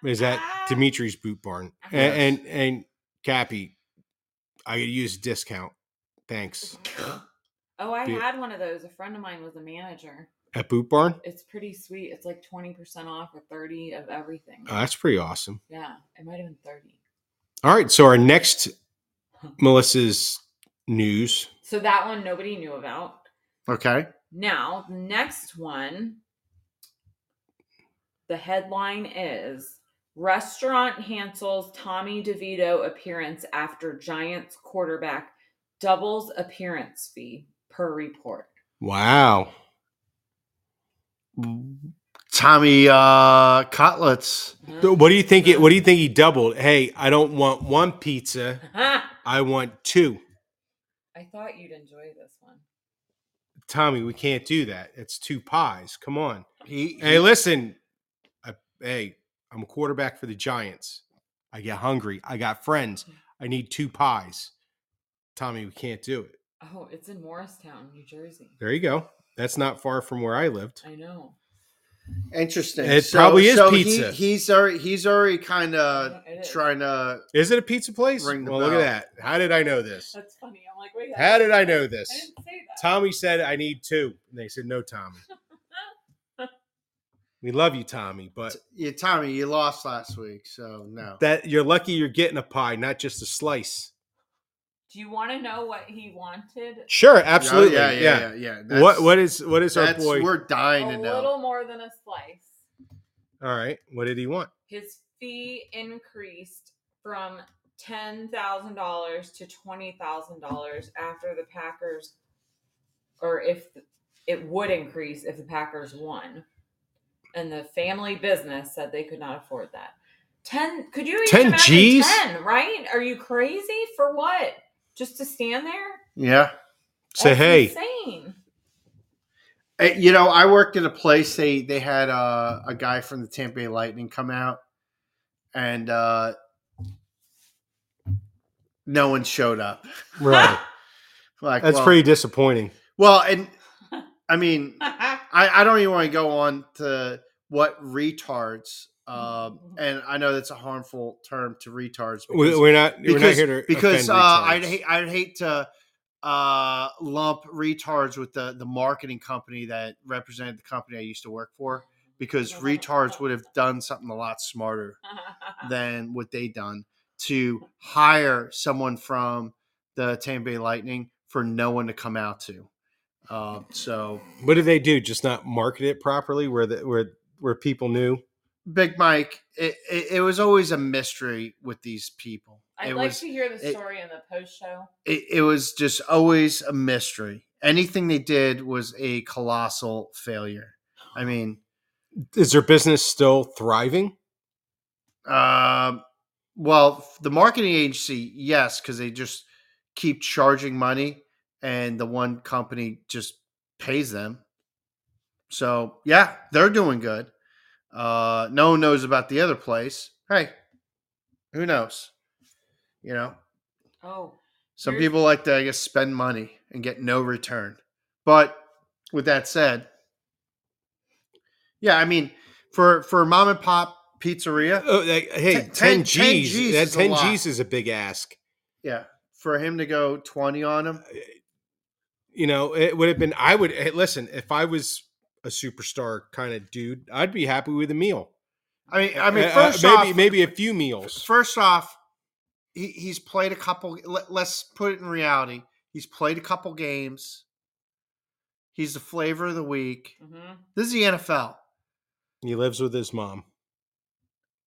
Is that Dimitri's Boot Barn? A-
Yes.
And and, and Cappy, I could use a discount. Thanks.
Oh, I
Do you-
had one of those. A friend of mine was a manager.
At Boot Barn?
It's pretty sweet. It's like twenty percent off or thirty of everything.
Oh, that's pretty awesome.
yeah, it might have been thirty.
All right. So our next Melissa's news.
So that one nobody knew about.
Okay.
Now, the next one, the headline is Restaurant Hansel's Tommy DeVito appearance after Giants quarterback doubles appearance fee per report.
Wow.
Tommy uh Cotlets.
So What do you think? It, what do you think he doubled? Hey, I don't want one pizza. I want two.
I thought you'd enjoy this one.
Tommy, we can't do that. It's two pies. Come on.
He,
Hey, listen. I, hey, I'm a quarterback for the Giants. I get hungry. I got friends.
Mm-hmm.
I need two pies. Tommy, we can't do it.
Oh, it's in Morristown, New Jersey.
There you go. That's not far from where I lived.
I know.
interesting.
It probably is pizza.
He, he's already he's already kind of
It is.
trying to
Is it a pizza place?
Ring the
well, look
bell.
at that. How did I know this?
That's funny. I'm like, wait.
How did I know
I
this?
didn't say that.
Tommy said, I need two. And they said, No, Tommy. we love you, Tommy, but
yeah, Tommy, you lost last week, so no.
that you're lucky you're getting a pie, not just a slice.
Do you want to know what he wanted?
Sure,
Oh,
absolutely.
yeah, yeah, yeah. yeah, That's-
What what is what is our
that's,
boy?
we're dying
A
to know.
little more than a slice.
All right, what did he want?
his fee increased from ten thousand dollars to twenty thousand dollars after the Packers, or if the- it would increase if the Packers won, and the family business said they could not afford that. Ten? Could you even
10
10
Gs?
Ten? Right? Are you crazy for what? Just to stand there?
Yeah.
Say
That's
hey,
insane.
Eh, You know, I worked at a place. They they had uh, a guy from the Tampa Bay Lightning come out, and uh, no one showed up.
right?
Like
That's
well-
pretty disappointing.
well, and I mean, I, I don't even want to go on to what retards. Um, and I know that's a harmful term to retards.
We, we're not we're not
because-
here to
because
offend
uh, I'd
retards.
hate I'd hate to uh, lump retards with the the marketing company that represented the company I used to work for because retards would have done something a lot smarter than what they done to hire someone from the Tampa Bay Lightning for no one to come out to. Uh, so
What did they do? Just not market it properly, where the where where people knew.
Big Mike, it, it, it was always a mystery with these people.
I'd
it
like
was
to hear the
it-
story in the post show.
it, it was just always a mystery. Anything they did was a colossal failure. I mean,
Is their business still thriving?
um, well, the marketing agency, yes, because they just keep charging money, and the one company just pays them. So yeah, they're doing good. Uh, no one knows about the other place. Hey, who knows? You know,
Oh,
Some
Here's-
people like to, I guess, spend money and get no return. But with that said, yeah, I mean, for for a mom and pop pizzeria,
Oh, like, hey,
Ten-
10,
ten- ten
G's.
Gs
that
is a
10
lot.
G's is a big ask.
yeah, for him to go twenty on him,
You know, it would have been, I would, hey, listen, if I was a superstar kind of dude, I'd be happy with a meal.
I mean, I mean,
Uh, uh,
first
maybe,
off,
maybe a few meals.
first off, he, he's played a couple. Let, let's put it in reality. He's played a couple games. He's the flavor of the week.
mhm.
This is the NFL.
He lives with his mom.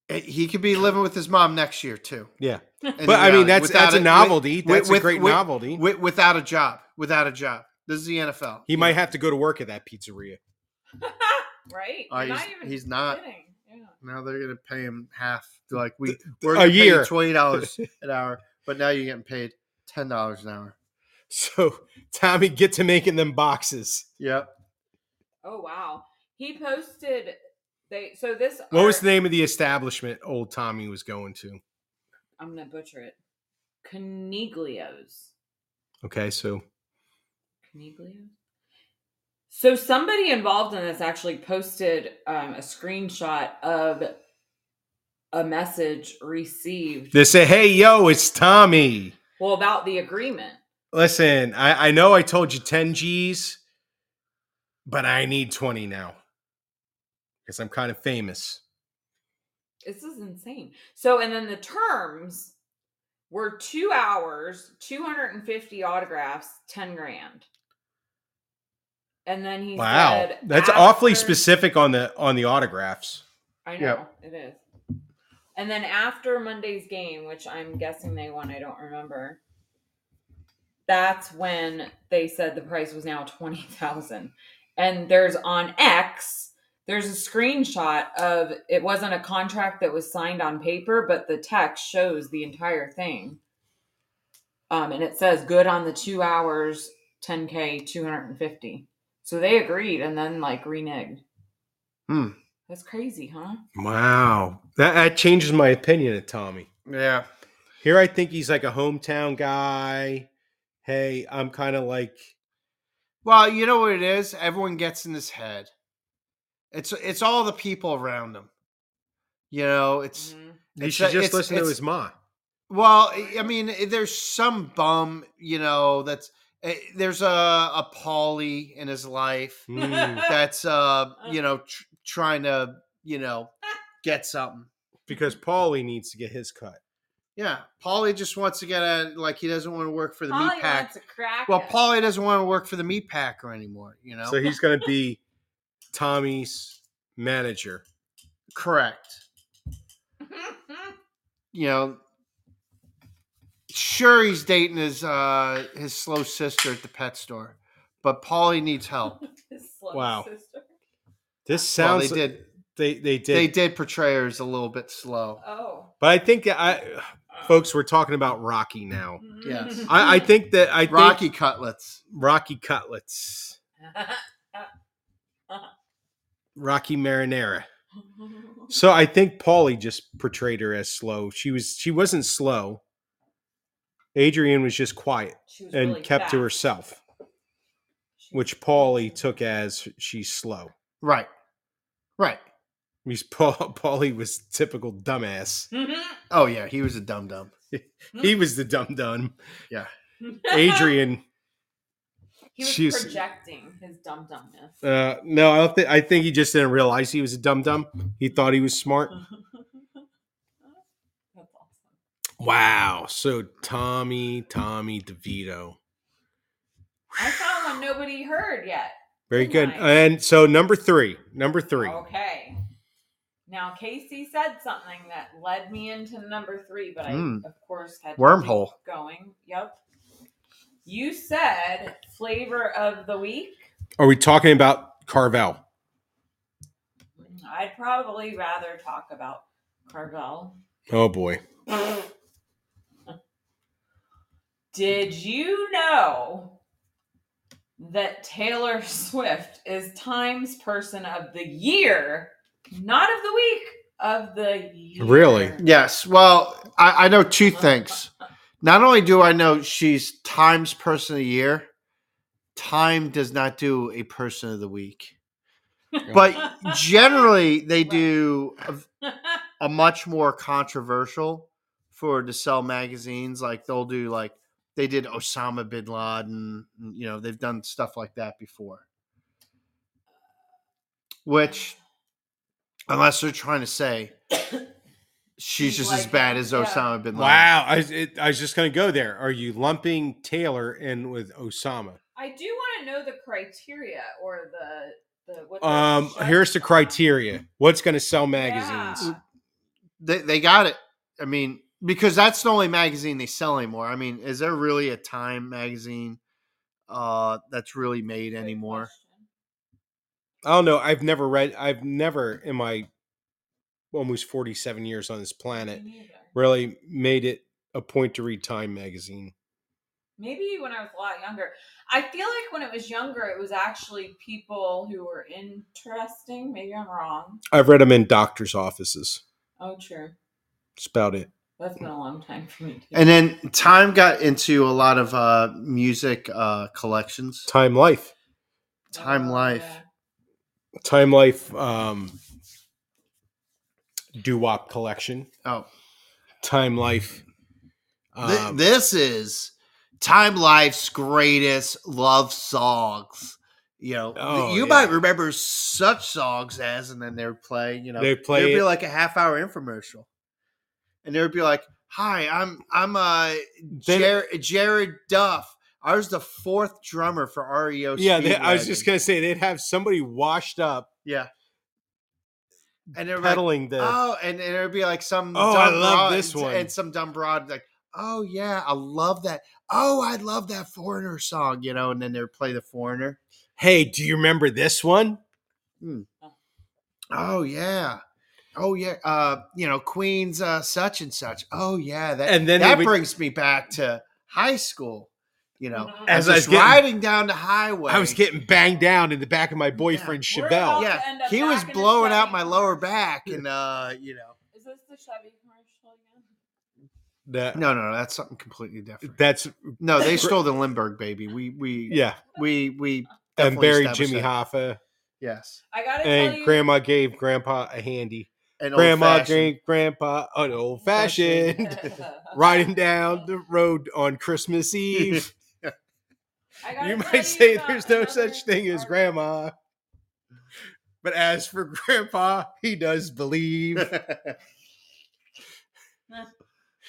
Eh, He could be living with his mom next year too.
Yeah.
In
But I mean,
reality,
that's that's
without
a
it-
novelty. that's a
with-
great
with-
novelty.
Wi- without a job. Without a job. This is the NFL.
he might have to go to work at that pizzeria.
right?
Uh,
You're
he's,
not even
he's not.
kidding. Yeah.
Now they're gonna pay him half. Like we,
a
we're gonna pay you
year.
twenty dollars an hour, but now you're getting paid ten dollars an hour.
So Tommy, get to making them boxes.
Yep.
Oh wow. He posted they so this
What was
art-
the name of the establishment old Tommy was going to?
I'm gonna butcher it. Coniglio's.
Okay, so
Coniglio's? So somebody involved in this actually posted um, a screenshot of a message received.
they say, "Hey, yo, it's Tommy."
Well, about the agreement.
Listen, I, I know I told you ten G's, but I need twenty now because I'm kind of famous.
This is insane. So, and then the terms were two hours, 250 autographs, 10 grand. And then he
Wow,
said,
that's awfully
"After-"
specific on the on the autographs.
I know
Yep.
it is. And then after Monday's game, which I'm guessing they won, I don't remember. That's when they said the price was now twenty thousand. And there's on X, there's a screenshot of it wasn't a contract that was signed on paper, but the text shows the entire thing. Um, and it says good on the two hours, ten k, two hundred and fifty. So they agreed and then like reneged.
Hmm.
That's crazy, huh?
Wow, that, that changes my opinion of Tommy.
Yeah.
Here, I think he's like a hometown guy. Hey, I'm kind of like
Well, you know what it is. Everyone gets in his head. It's it's all the people around him. You know, it's
Mhm.
you
It's
should
a-
just
it's-
listen to
it's-
his ma.
Well, I- I mean, i- there's some bum, you know, that's eh, there's a a Paulie in his life
Mm,
that's uh, you know, tr- trying to, you know, get something.
because Paulie needs to get his cut.
Yeah, Paulie just wants to get out, like he doesn't want to work for the
Polly
meat pack.
wants a crack
Well,
at it.
Paulie doesn't want to work for the meat packer anymore, you know.
So he's going to be Tommy's manager.
Correct. You know, sure he's dating his uh his slow sister at the pet store, but Paulie needs help.
His slow
Wow.
sister.
This
Well, they
sounds like
did
they they did,
they did portray her as a little bit slow.
Oh.
but I think I folks we're talking about Rocky now.
Mm.
Yes.
I, I think that I
Rocky
think
cutlets.
Rocky cutlets, Rocky marinara. So I think Paulie just portrayed her as slow. She was she wasn't slow. Adrian was just quiet
She was
and
really
kept to
fat.
herself,
She was
which Paulie
fat.
took as she's slow.
Right. Right.
He's Paul, Paulie was typical dumbass.
Oh yeah, he was a dum dum.
He was the dumb dumb.
Adrian.
Adrian,
He was
she was-
projecting his dumb dumbness.
uh, no, I don't think. I think he just didn't realize he was a dumb dumb. He thought he was smart.
That's awesome.
Wow. So Tommy, Tommy DeVito,
I found one nobody heard yet.
very good.
Nice.
And so number three, number three.
Oh. Okay. Now Casey said something that led me into number three, but I
Hmm.
Mm.
of course had to
Wormhole.
keep going. Yep. You said flavor of the week.
Are we talking about Carvel?
I'd probably rather talk about Carvel.
Oh boy.
Did you know that Taylor Swift is Times Person of the Year, not of the week, of the year?
Really?
Yes. Well, I, I know two things. Not only do I know she's Time's person of the year, Time does not do a person of the week. But generally they do a, a much more controversial for to sell magazines. Like they'll do like they did Osama bin Laden. and, You know they've done stuff like that before. Which, unless they're trying to say she's
She's
just as
like
bad
him,
as
yeah.
Osama bin Laden.
Wow. I, was- it, I was just going to go there. Are you lumping Taylor in with Osama?
I do want to know the criteria or the the what. the
Um,
show-
here's the criteria. What's going to sell magazines?
Yeah.
They they got it. I mean, because that's the only magazine they sell anymore. I mean, is there really a Time magazine uh, that's really made
Good
anymore?
question.
I don't know. I've never read. I've never in my almost 47 years on this planet
Me neither.
really made it a point to read Time magazine.
maybe when I was a lot younger. I feel like when it was younger, it was actually people who were interesting. Maybe I'm wrong.
I've read them in doctor's offices.
Oh, true.
That's about it.
That's been a long time for me. Too.
And then Time got into a lot of uh, music uh, collections.
Time Life.
Oh,
Time Life.
Time Life um, doo wop collection.
Oh,
Time Life.
Th-
Um,
this is Time Life's greatest love songs. You know, th-
Oh,
you
yeah.
might remember such songs as, and then they would play. You know,
They play
There'd be
it-
like a half hour infomercial, and they would be like, "Hi, I'm I'm uh
They-
Jer- Jared Duff. I was the fourth drummer for REO.
yeah, they, I was just
Speedwagon."
gonna say they'd have somebody washed up
yeah." And they're like,
peddling the.
Oh, and, and it would be like some.
Oh, I love
broad-
this one.
And some dumb broad like, oh yeah, I love that. Oh, I love that foreigner song, you know. And then they'd play the foreigner.
hey, do you remember this one?
Oh yeah, oh yeah. Uh, you know, Queen's uh, such and such. Oh yeah, that
And then they
that
would-
brings me back to high school. You know,
Mm-hmm.
As I
just
was getting-
riding down the highway,
I was getting banged down in the back of my boyfriend's
We're
Chevelle.
about
Yeah,
to end up
he
back
was
in a
blowing out
Chevy
my lower
commercial.
back, and uh, you know,
Is this the Chevy commercial again?
The-
no, no, no, that's something completely different.
That's
No, they stole the Lindbergh baby. We we
yeah,
we we
and
Definitely
buried
established
Jimmy
that.
Hoffa,
yes
I gotta tell
and
you,
Grandma gave Grandpa a handy.
and
Grandma
old-fashioned.
gave Grandpa an old fashioned. Riding down the road on Christmas Eve.
I gotta
you
tell
might say
about
there's no
another
such thing as
artist.
grandma. But as for grandpa, he does believe.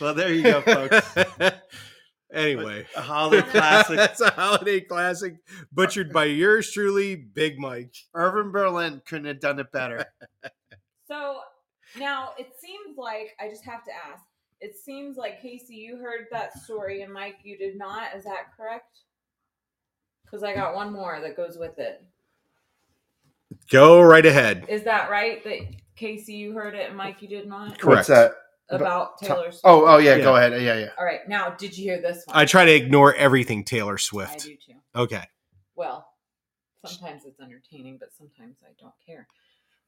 well, there you go, folks.
anyway.
A holiday classic.
That's a holiday classic butchered by yours truly, Big Mike.
Irvin Berlin couldn't have done it better.
So now it seems like I just have to ask. It seems like Casey, you heard that story, and Mike, you did not. Is that correct? Because I got one more that goes with it.
Go right ahead.
Is that right? That Casey, you heard it, and Mike, you did not.
Correct. that?
About
T-
Taylor Swift.
Oh, oh yeah,
Yeah.
go ahead. Yeah, yeah.
All right. Now, did you hear this one?
I try to ignore everything Taylor
I
Swift.
do too.
Okay.
well, sometimes it's entertaining, but sometimes I don't care.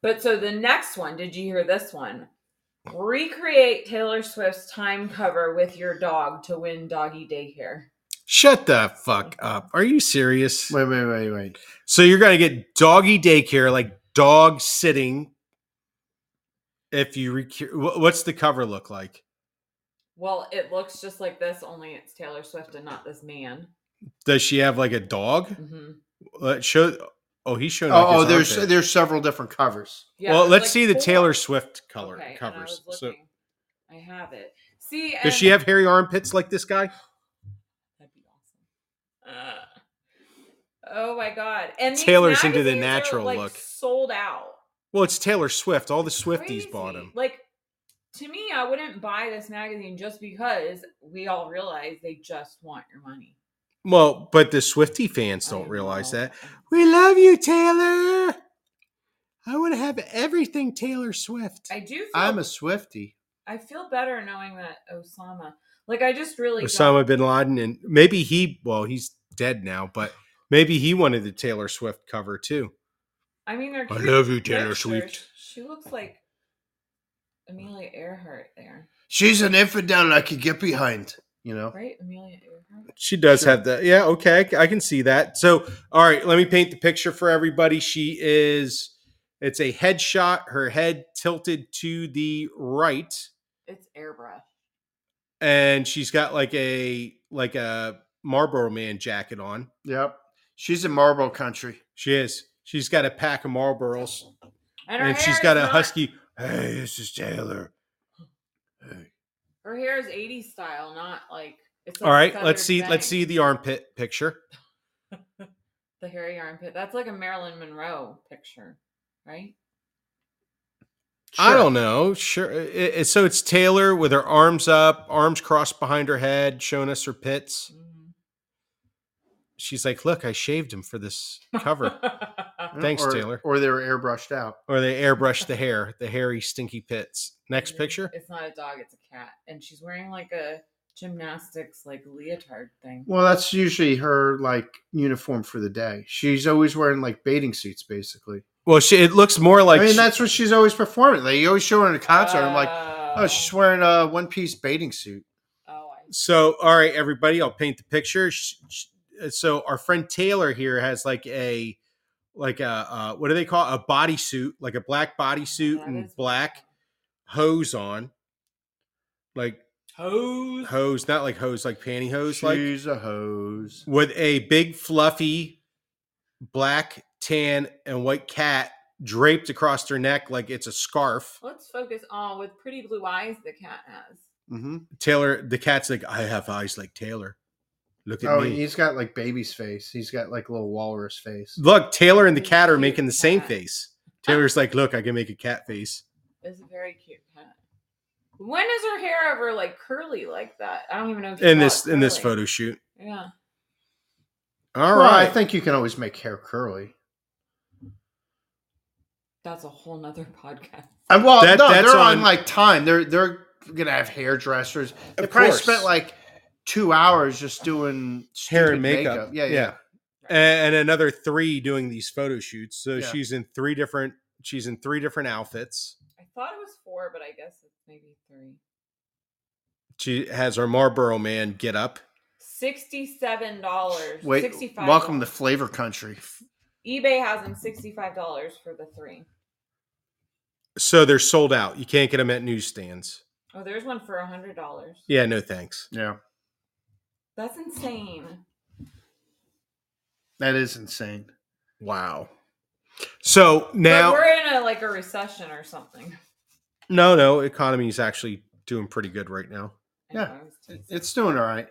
But so the next one, did you hear this one? Recreate Taylor Swift's time cover with your dog to win doggy daycare.
Shut the fuck up. Are you serious?
Wait, wait, wait, wait.
So you're gonna get doggy daycare, like dog sitting. If you rec- wh- what's the cover look like?
Well, it looks just like this, only it's Taylor Swift and not this man.
Does she have like a dog?
hmm
Let show. Oh, he's showing. like,
Oh, oh,
his
there's
armpit.
there's several different covers.
well, let's see the Taylor Swift color
okay, and I
covers.
was
So,
looking. I have it. See,
does she have hairy armpits like this guy?
That'd be awesome. oh my god! And these
Taylor's into the
magazines are,
natural
like,
look.
Sold out.
Well, it's Taylor Swift. All the Swifties
Crazy.
bought him.
Like to me, I wouldn't buy this magazine just because we all realize they just want your money.
Well, but the Swifty fans
I
don't realize
know.
that. We love you, Taylor. I want to have everything Taylor Swift.
I do. Feel,
I'm a Swifty.
I feel better knowing that Osama. Like I just really.
Osama bin Laden, and maybe he. Well, he's dead now, but maybe he wanted the Taylor Swift cover too.
I mean, they're.
I
cute
love you, Taylor Swift.
She looks like Amelia Earhart there,
She's an infidel I could get behind. You know.
right? Amelia Earhart.
She does
Sure.
have that. Yeah, okay, I c- I can see that. So, all right, let me paint the picture for everybody. She is. It's a headshot. Her head tilted to the right,
It's airbrush.
and she's got like a like a Marlboro Man jacket on.
Yep. She's in Marlboro country.
She is. She's got a pack of Marlboros,
And, her
and
hair
she's got
is
a
not-
husky. Hey, this is Taylor. Hey.
Her hair is 80s style, not like it's like
All right, let's
feathered
see. Let's
bang.
see the armpit picture.
the hairy armpit. That's like a Marilyn Monroe picture, right?
I
Sure.
don't know. Sure. I- I- so it's Taylor with her arms up, arms crossed behind her head, showing us her pits.
Mhm.
She's like, "Look, I shaved him for this cover."
Yeah,
Thanks,
or-
Taylor.
Or they were airbrushed out.
or they airbrushed the hair, the hairy, stinky pits. Next
Mhm.
picture.
It's not a dog, it's a cat. And she's wearing like a gymnastics like leotard thing.
Well, that's usually her like uniform for the day. She's always wearing like bathing suits, basically.
Well, she, it looks more like
I mean,
she-
that's what she's always performing. They always show her in a concert. I'm like,
oh,
Uh.
oh, she's wearing a one piece bathing suit.
oh, I
so. All right, everybody, I'll paint the picture. Sh- sh- uh, So our friend Taylor here has like a like a uh, what do they call it? a bodysuit, like a black bodysuit
That
and
is-
black hose on, like
hose.
hose, not like hose, like pantyhose, like
she's a hose.
with a big fluffy black, tan, and white cat draped across her neck like it's a scarf.
Let's focus on with pretty blue eyes the cat has.
hmm
Taylor, the cat's like, I have eyes like Taylor. Look at
Oh,
me.
he's got like baby's face. He's got like little walrus face.
Look, Taylor and the cat are
Cute
making the same
cat.
face. Taylor's like, look, I can make a cat face.
It's a very cute cat. When is her hair ever like curly like that? I don't even know. If you
In
call it
this in this
curly.
photo shoot.
Yeah.
All right.
Well, I think you can always make hair curly.
That's a whole nother podcast.
And well,
That-
no,
that's
they're on,
on-
like time. They're they're gonna have hairdressers. They
Of
probably
course.
spent like two hours just doing
hair
stupid
and makeup.
Yeah, yeah.
A- And, another three doing these photo shoots. So
Yeah.
she's in three different she's in three different outfits.
I thought it was four, but I guess it's maybe three.
She has her Marlboro man get up.
Sixty-seven dollars.
Wait,
$65.
welcome to Flavor Country.
eBay has them sixty-five dollars for the three.
So they're sold out. You can't get them at newsstands.
Oh, there's one for a hundred dollars.
Yeah, no thanks.
Yeah,
That's insane.
that is insane.
Wow. So
Now
now
we're in a like a recession or something.
No, no, economy is actually doing pretty good right now.
Yeah.
Anyways,
It- It's doing all right,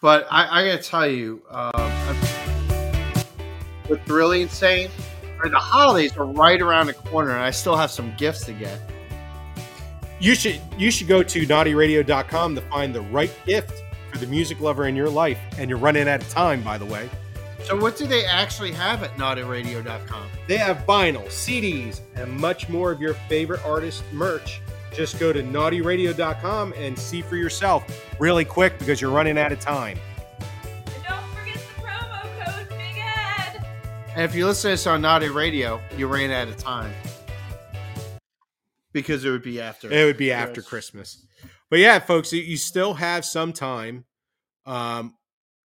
but I, I gotta tell you, um, I'm- what's really insane are the holidays are right around the corner, and I still have some gifts to get.
You should you should go to naughtyradio.com to find the right gift for the music lover in your life. And you're running out of time, by the way.
So, what do they actually have at NaughtyRadio.com?
They have vinyl, CDs, and much more of your favorite artist merch. Just go to naughtyradio.com and see for yourself really quick because you're running out of time.
And don't forget the promo code Big Ed.
And if you listen to this on Naughty Radio, you ran out of time. Because it would be after.
It would be after
Yes.
Christmas. But yeah, folks, you- you still have some time. Um,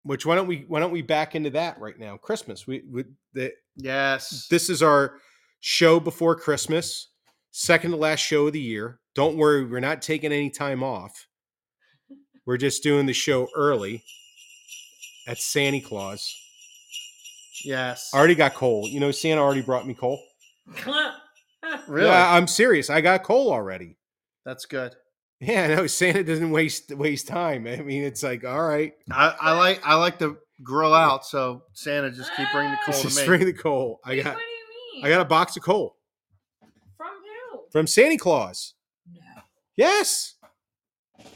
which why don't we why don't we back into that right now? Christmas. We, we the,
Yes.
this is our show before Christmas, second to last show of the year. Don't worry, we're not taking any time off. We're just doing the show early at Santa Claus.
yes.
I already got coal. You know, Santa already brought me coal.
really?
Yeah, I'm serious. I got coal already.
That's good.
Yeah, no, Santa doesn't waste waste time. I mean, it's like, all right,
I, I like I like to grill out, so Santa just keep bringing the coal
just
to me.
bring the coal. I
Wait,
got
What do you mean?
I got a box of coal
From who?
from Santa Claus.
No.
Yes.
Did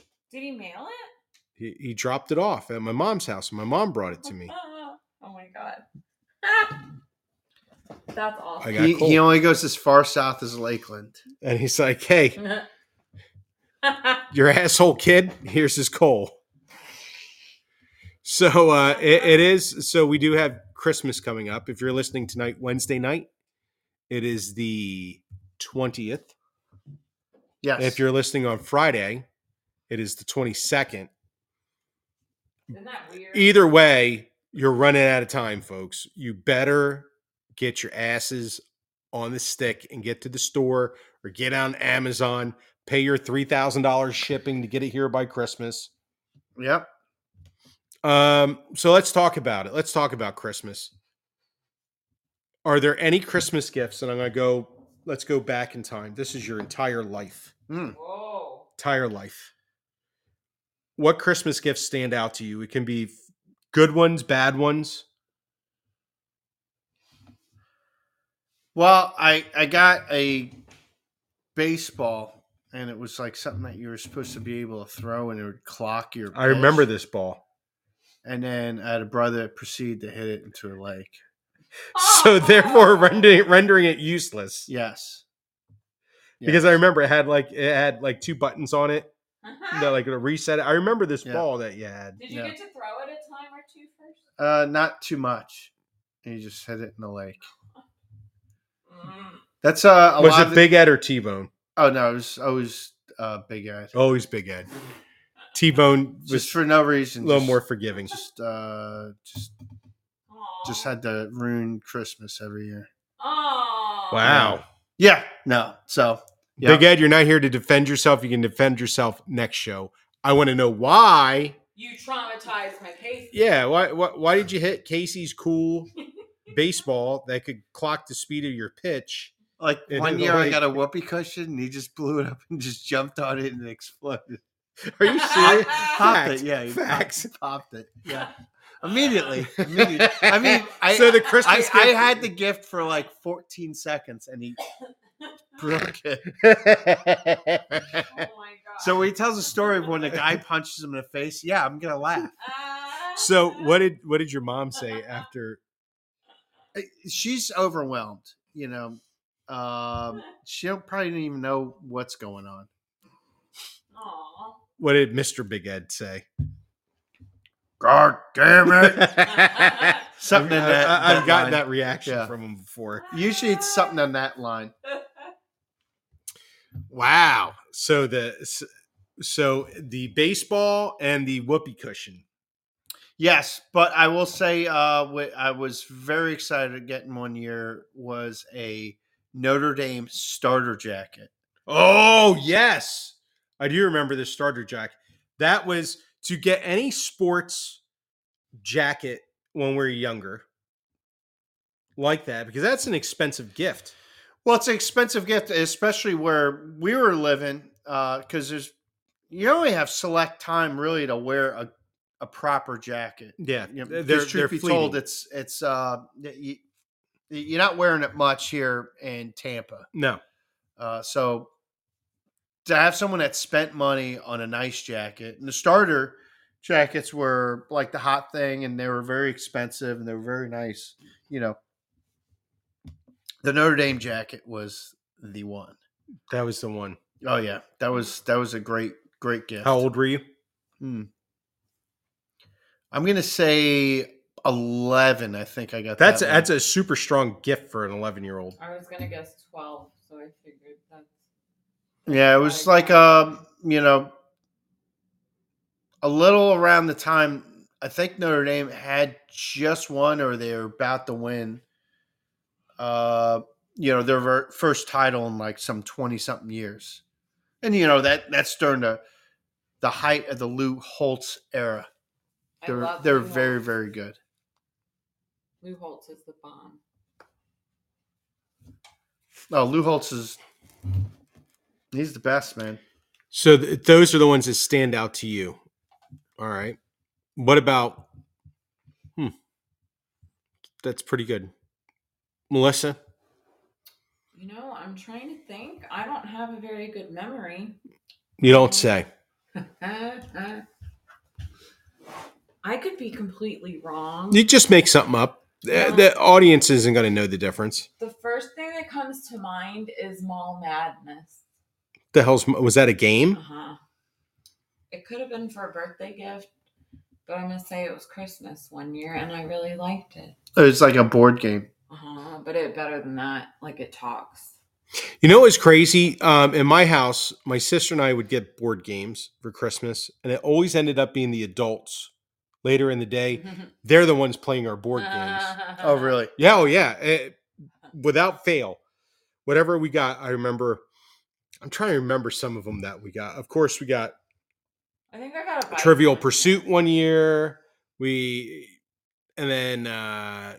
he mail it?
He, he dropped it off at my mom's house. and My mom brought it to me.
Oh, my god. That's awesome.
I got
He,
coal.
he only goes as far south as Lakeland.
And he's like, hey, your asshole kid here's his coal so uh it, it is so we do have christmas coming up if you're listening tonight wednesday night it is the 20th
Yes.
if you're listening on friday it is the 22nd
Isn't that weird?
either way you're running out of time folks you better get your asses on the stick and get to the store or get on amazon pay your $3000 shipping to get it here by christmas
yep.
Um, so let's talk about it. Let's talk about Christmas. Are there any Christmas gifts? And I'm gonna go, let's go back in time. This is your entire life.
Mm.
Whoa.
Entire life. What Christmas gifts stand out to you? It can be f- good ones, bad ones.
Well, I I got a baseball, and it was like something that you were supposed to be able to throw, and it would clock your.
I remember
pitch.
this ball.
And then I had a brother that proceeded to hit it into a lake.
So
Oh.
therefore rendering rendering it useless.
Yes.
Because I remember it had like it had like two buttons on it.
Uh-huh.
that like to reset it. I remember this
Yeah.
ball that you had.
Did you
Yeah.
get to throw it a time or two first?
Uh, not too much. And you just hit it in the lake.
Mm.
That's uh, a
was
lot.
it
of-
Big Ed or T Bone?
Oh no, it was always uh, big eyed.
Always Big Ed. T Bone
Just
Oh, was
for no
a
reason.
little
just,
more forgiving.
Just uh, just
Aw.
just had to ruin Christmas every year.
Aw.
Wow.
Yeah. No. So Yeah.
Big Ed, you're not here to defend yourself. You can defend yourself next show. I want to know why.
You traumatized my case.
Yeah, why, why why did you hit Casey's cool baseball that could clock the speed of your pitch?
like
It
one
is a
year I
lake.
got a whoopee cushion and he just blew it up and just jumped on it and it exploded.
Are you serious?
Popped
Facts.
it. Yeah. he popped-
Facts.
Popped it. Yeah. Immediately. immediately. I mean, I,
so the
I,
Christmas
I
gift-
had the gift for like 14 seconds and he broke it.
Oh my god.
So when he tells a story of when the guy punches him in the face, yeah, I'm gonna laugh.
Ah.
so what did what did your mom say after?
Uh, She's overwhelmed, you know. Um, she don't, probably didn't even know what's going on.
Aw.
What did Mr. Big Ed say?
God damn
I've,
Something in that.
I- I've
that
gotten
line.
that reaction
Yeah.
from him before.
Usually, it's something on that line.
Wow. So the so the baseball and the whoopee cushion.
Yes, but I will say, uh, what I was very excited at getting one year was a Notre Dame starter jacket.
Oh yes, I do remember the starter jacket. That was to get any sports jacket when we were younger, like that because that's an expensive gift.
Well, it's an expensive gift, especially where we were living, because there's you only have select time really to wear a, a proper jacket.
Yeah,
You know,
they're
'cause
they're,
truth be
fleeting.
told, it's it's uh, you, you're not wearing it much here in Tampa.
no.
Uh, so to have someone that spent money on a nice jacket, and the starter jackets were like the hot thing, and they were very expensive and they were very nice. You know, the Notre Dame jacket was the one.
That was the one.
Oh yeah, that was that was a great great gift.
How old were you?
Hmm. I'm gonna say eleven. I think I got
That's
that
that's a super strong gift for an 11 year old.
I was gonna guess twelve, so I figured that's
Yeah, it was like um, you know, a little around the time I think Notre Dame had just won or they were about to win. Uh, you know, their ver- first title in like some twenty something years, and you know that that's during the the height of the Lou Holtz era.
I
They're
love
they're
Lou
very
Holtz.
very good.
Lou Holtz is the bomb.
Oh, Lou Holtz is he's the best man.
So th- those are the ones that stand out to you. All right. What about? Hmm. That's pretty good, Melissa.
You know, I'm trying to think. I don't have a very good memory.
You don't say.
I could be completely wrong.
You just make something up. The, the audience isn't going to know the difference.
The first thing that comes to mind is Mall Madness.
The hell's was that a game?
Uh-huh. It could have been for a birthday gift, but I'm gonna say it was Christmas one year and I really liked it.
It's like a board game.
Uh-huh. But it better than that, like it talks.
You know what's crazy? Um, in my house, my sister and I would get board games for Christmas, and it always ended up being the adults later in the day.
Mm-hmm.
They're the ones playing our board
Ah.
games.
Oh, really?
Yeah, oh yeah, eh, without fail. Whatever we got, I remember. I'm trying to remember some of them that we got. Of course, we got
I think I got a bike
Trivial
one year.
Pursuit one year. We and then uh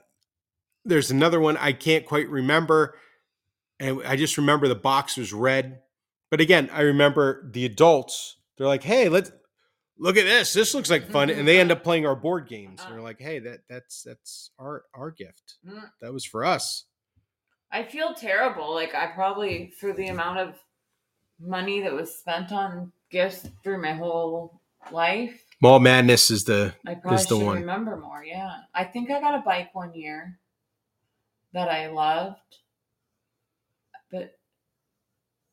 there's another one I can't quite remember. And I just remember the box was red. But again, I remember the adults. They're like, "Hey, let's look at this. This looks like fun." And they end up playing our board games. And they're like, "Hey, that that's that's our our gift.
Mm.
That was for us."
I feel terrible. Like I probably for the amount of money that was spent on gifts through my whole life,
Mall Madness is the
I probably
Is the
should
one.
remember more. Yeah, I think I got a bike one year that I loved, but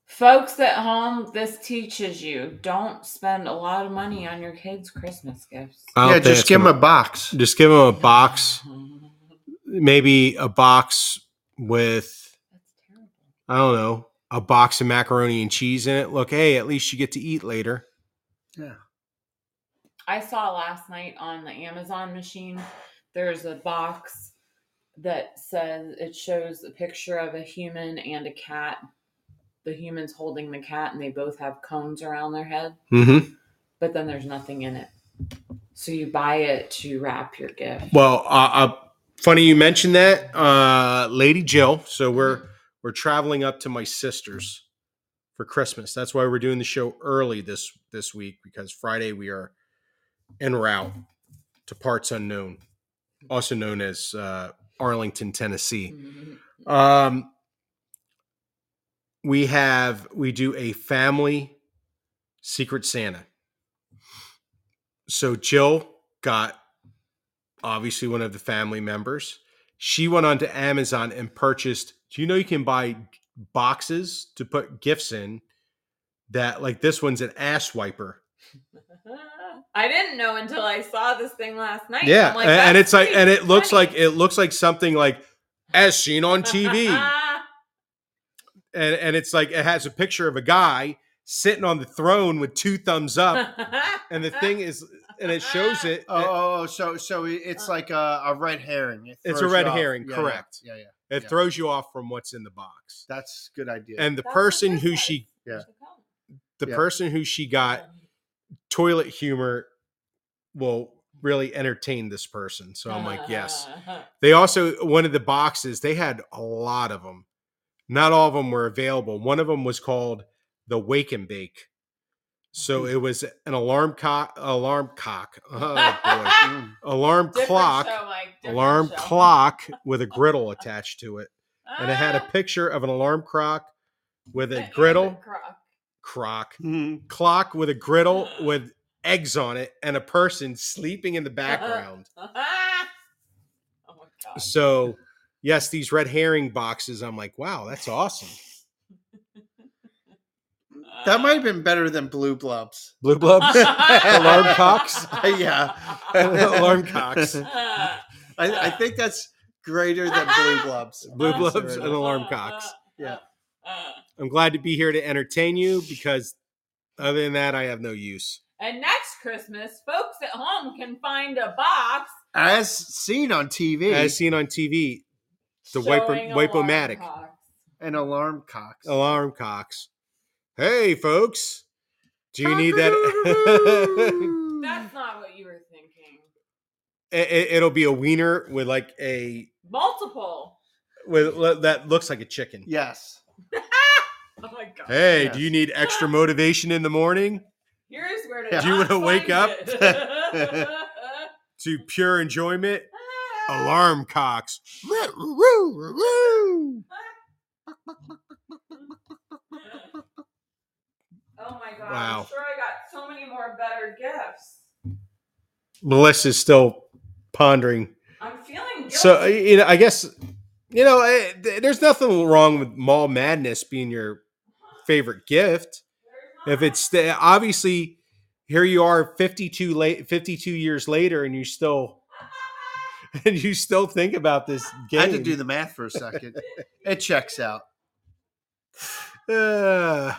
Folks at home, this teaches you don't spend a lot of money on your kids' Christmas gifts.
I don't
yeah,
think
just
it's
give him a
gonna-
box.
just give him a box, maybe a box with
That's terrible.
I don't know a box of macaroni and cheese in it. Look, hey, at least you get to eat later.
I saw last night on the Amazon machine, there's a box that says it shows a picture of a human and a cat. The human's holding the cat, and they both have cones around their head,
Mm-hmm.
but then there's nothing in it. So you buy it to wrap your gift.
Well, uh, uh, funny you mentioned that, uh, Lady Jill. So we're we're traveling up to my sister's for Christmas. That's why we're doing the show early this this week because Friday we are en route to parts unknown, also known as uh, Arlington, Tennessee. Um, we have we do a family secret Santa. So Jill got obviously one of the family members. She went onto Amazon and purchased. Do you know you can buy boxes to put gifts in? That like this one's an ass wiper.
I didn't know until I saw this thing last night.
Yeah,
I'm
a- and
"That's
it's like,
sweet,
and it looks
funny."
like it looks like something like as seen on TV. and and it's like it has a picture of a guy sitting on the throne with two thumbs up and the thing is and it shows it
Oh, oh, oh, so so it- it's like a, a red herring. It
uh, It's a
throws
red
you off.
herring,
Yeah,
correct.
Yeah, yeah, yeah.
it, it throws you off from what's in the box
That's a good idea.
and the
That's what
person
this
who
was.
she
Yeah.
the
Yeah.
person who she got toilet humor will really entertain this person so i'm like yes they also one of the boxes they had a lot of them not all of them were available one of them was called the wake and bake so it was an alarm cock alarm cock oh boy
Mm.
alarm
Different
clock
show, Mike, different
alarm
show.
clock with a griddle attached to it and it had a picture of an alarm clock with
Ah,
a
and
griddle
crock.
crock
Mm.
clock with a griddle with eggs on it and a person sleeping in the background
oh my god
so yes these red herring boxes i'm like wow that's awesome
That might have been better than blue blobs.
blue blobs alarm cocks
Yeah.
alarm cocks
I, I think that's greater than blue blobs.
blue
That's
blobs and
right.
alarm cocks
Yeah.
i'm glad to be here to entertain you because other than that i have no use
and next christmas folks at home can find a box
as seen on TV,
as seen on TV, The wipo-
showing
wipomatic.
alarm clocks.
an alarm cocks.
alarm cocks. Hey, folks, do you need that?
that's not what you were thinking
it, will be a wiener with like a
multiple
with le- that looks like a chicken.
yes.
oh my god
Hey,
Yes.
do you need extra motivation in the morning
here's where to
Do you
not
wanna wake
find
up?
it.
to pure enjoyment? Alarm cocks. Woo-woo-woo-woo.
Oh my god!
Wow.
I'm sure I got so many more better gifts.
Melissa's still pondering.
I'm feeling guilty.
So uh, you know, I guess you know, eh, th- there's nothing wrong with mall madness being your favorite gift. if it's st- obviously here you are 52 late 52 years later and you still and you still think about this game
I had to do the math for a second. it checks out.
Uh.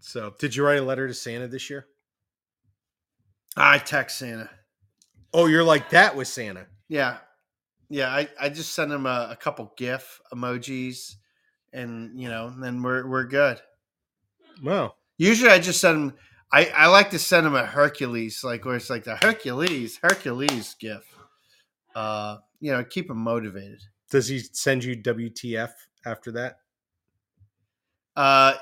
so did you write a letter to santa this year
I text Santa.
oh you're like that with santa
Yeah. Yeah. I, I just sent him a, a couple GIF emojis and, you know, then we're, we're good.
wow
Usually I just send him, I, I like to send him a Hercules, like where it's like the Hercules, Hercules GIF. Uh, you know, keep him motivated.
does he send you wtf after that
Uh,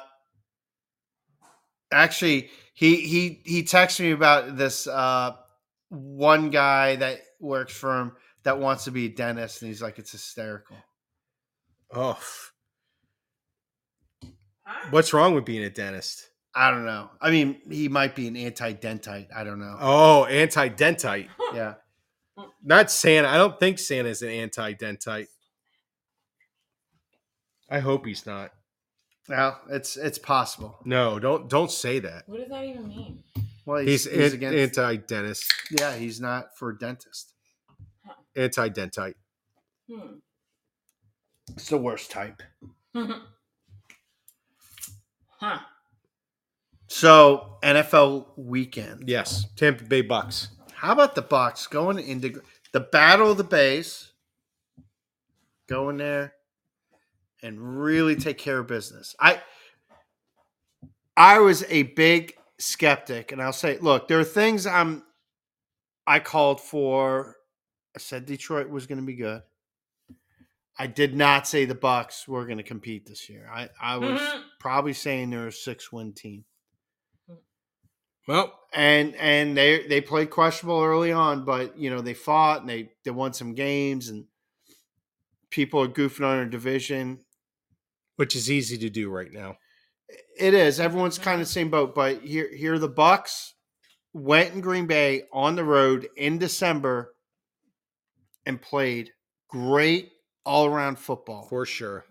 actually, he he he texted me about this uh, one guy that works for him that wants to be a dentist, and he's like, it's hysterical.
oh
Huh?
what's wrong with being a dentist
I don't know. I mean, he might be an anti-dentite. I don't know.
oh anti-dentite
Yeah,
not santa i don't think santa's an anti-dentite I hope he's not.
Well, it's it's possible.
No, don't don't say that.
What does that even mean?
Well, he's,
He's,
he's
an-
against.
anti-dentist,
yeah, he's not for dentist.
anti-dentite.
Hmm.
It's the worst type.
huh.
So NFL weekend.
Yes, Tampa Bay Bucks.
How about the Bucks going into the battle of the base? Going there and really take care of business. I I was a big skeptic, and I'll say, look, there are things I'm I called for. I said Detroit was going to be good. I did not say the Bucks were going to compete this year. I I was
Mhm.
probably saying they're a six win team
Well,
and and they they played questionable early on, but you know they fought and they they won some games and people are goofing on their division.
which is easy to do right now.
It is everyone's kind of the same boat, but here here the Bucks went in Green Bay on the road in December and played great all around football.
For sure.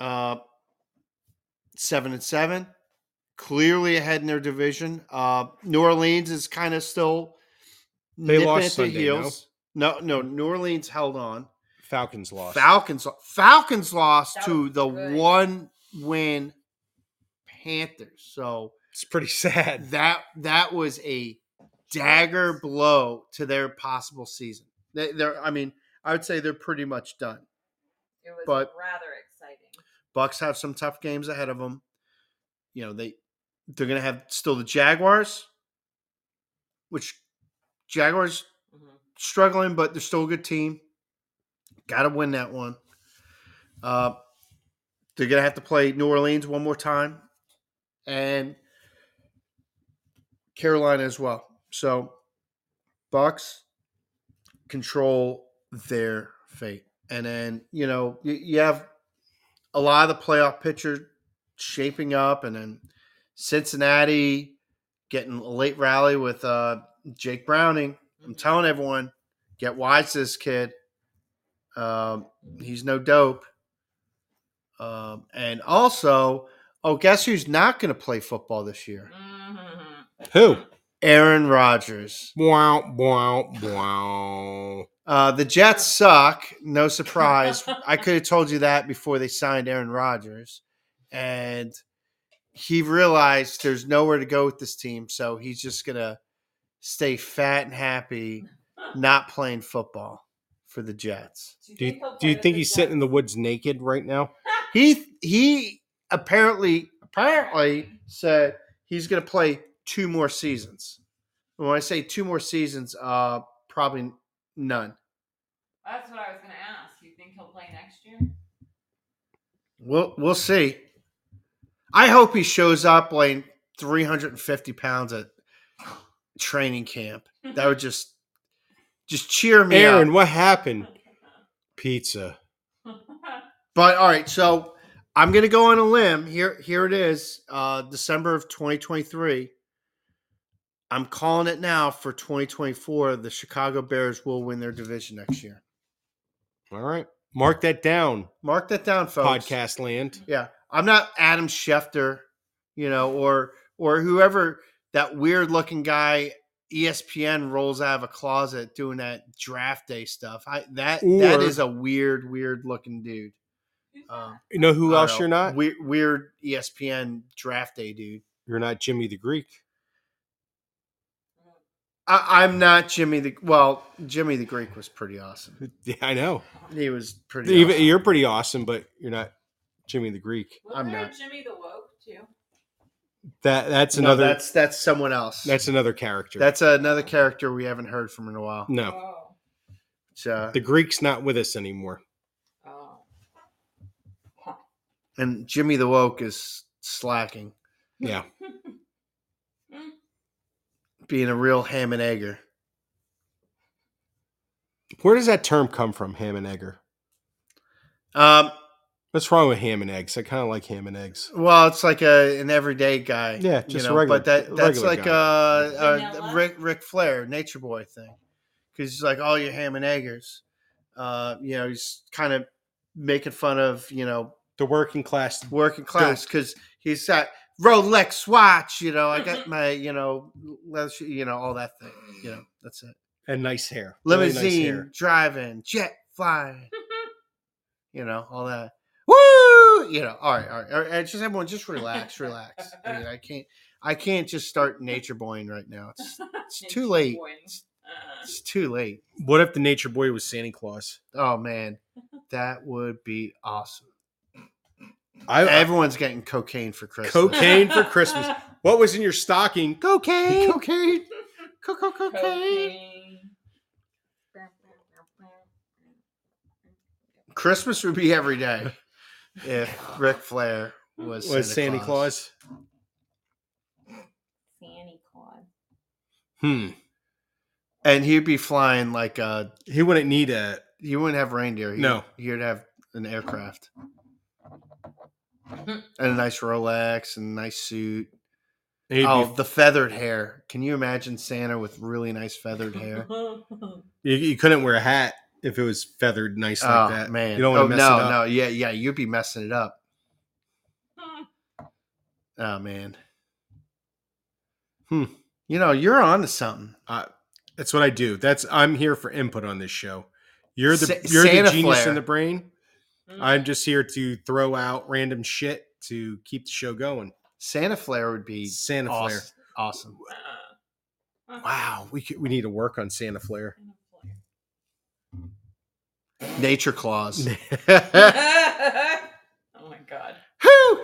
Uh, seven and seven, clearly ahead in their division. Uh, New Orleans is kind of still
They
nipping
lost
at
Sunday, no?
No? no, New Orleans held on.
Falcons lost.
Falcons, Falcons lost
That
to
was
the
good.
one win Panthers. So
it's pretty sad.
that that was a dagger blow to their possible season. They, they're, I mean, I would say they're pretty much done.
It was
But-
rather exciting.
Bucks have some tough games ahead of them. You know they they're going to have still the Jaguars, which Jaguars
Mhm.
struggling, but they're still a good team. Got to win that one. Uh, they're going to have to play New Orleans one more time, and Carolina as well. So Bucks control their fate, and then you know you, you have a lot of the playoff picture shaping up, and then Cincinnati getting a late rally with uh, Jake Browning. I'm
Mhm.
telling everyone, get wise to this kid. Um, he's no dope. Um, and also, oh, guess who's not going to play football this year?
Mhm.
Who?
Aaron Rodgers.
Wow, wow, wow.
Uh, the Jets suck. No surprise. I could have told you that before they signed Aaron Rodgers. And he realized there's nowhere to go with this team. So he's just going to stay fat and happy, not playing football for the Jets.
Do you,
he'll
do you
play
think
with
he's
the
sitting in
Jets?
the woods naked right now?
he he apparently apparently said he's going to play two more seasons. And when I say two more seasons, uh, probably none.
That's what I was going to ask. You think he'll play next year?
We'll we'll see. I hope he shows up weighing 350 pounds at training camp. That would just just cheer me up.
Aaron, what happened? Pizza.
But all right, so I'm gonna go on a limb. Here, here it is, uh, December of 2023. I'm calling it now for 2024. The Chicago Bears will win their division next year.
All right. Mark that down,
Mark that down, folks.
podcast land.
Yeah, I'm not Adam Schefter, you know, or or whoever that weird looking guy E ESPN rolls out of a closet doing that draft day stuff. I that that
Or-
is a weird, weird looking dude.
Who's
Um,
You know who
I
else
don't
you're
know.
not?
Weird, weird E ESPN draft day dude.
You're not Jimmy the Greek.
I, I'm not Jimmy the well. Jimmy the Greek was pretty awesome.
Yeah, I know.
He was pretty.
Even,
awesome.
You're pretty awesome, but you're not Jimmy the Greek.
that?
I'm
Wasn't there
not.
Jimmy the Woke, too?
That that's
No,
another that's,
that's that's someone else.
another character.
that's another character we haven't heard from in a while.
no.
Oh.
So,
The Greek's not with us anymore.
Oh.
and Jimmy the woke is slacking,
Yeah.
being a real ham and egger.
Where does that term come from, ham and egger?
Um,
What's wrong with ham and eggs? I kind of like ham and eggs.
well, it's like a an everyday guy.
Yeah, just a
But
regular-
that
a
that's
regular
like
guy.
a,
Vanilla?
Rick Rick Flair, Nature Boy thing, because he's like all your ham and eggers. Uh, you know, he's kind of making fun of you know
The working class.
working class because he's that Rolex watch. You know, I got my you know leather, shoe- you know all that thing. You know, that's it.
And nice hair. Really nice
Limousine
hair.
driving, jet flying. you know all that. Woo! You know, all right, all right, all right. And Just everyone, just relax, relax. I mean, I can't, I can't just start nature boying right now. It's, it's too late. It's too late.
What if the nature boy was Santa Claus?
Oh man, that would be awesome.
I, I-
Everyone's getting cocaine for Christmas.
Uh.
cocaine for Christmas. What was in your stocking?
cocaine, cocaine, Co- co- cocaine.
Cocaine.
Christmas would be every day if Ric Flair was,
Was Santa, Claus?
Santa Claus.
Hmm.
and he'd be flying like uh
He wouldn't need a.
you wouldn't have reindeer. He'd-
No.
he'd have an aircraft and a nice Rolex and a nice suit.
He'd
oh, the feathered hair! Can you imagine Santa with really nice feathered hair?
be, you, you couldn't wear a hat if it was feathered nice
oh
like that.
man!
You don't wanna
oh,
mess
no,
it up.
no, yeah, yeah, you'd be messing it up. Oh man.
Hmm.
You know, you're on to something.
That's what I do. That's I'm here for input on this show. You're the
Sa-
you're
Santa
the genius
Flair.
in the brain. I'm just here to throw out random shit to keep the show going.
Santa Flair would be
Santa Flair.
awesome. awesome.
Wow, we could, we need to work on Santa Flair.
Nature claws.
oh my god.
hoo,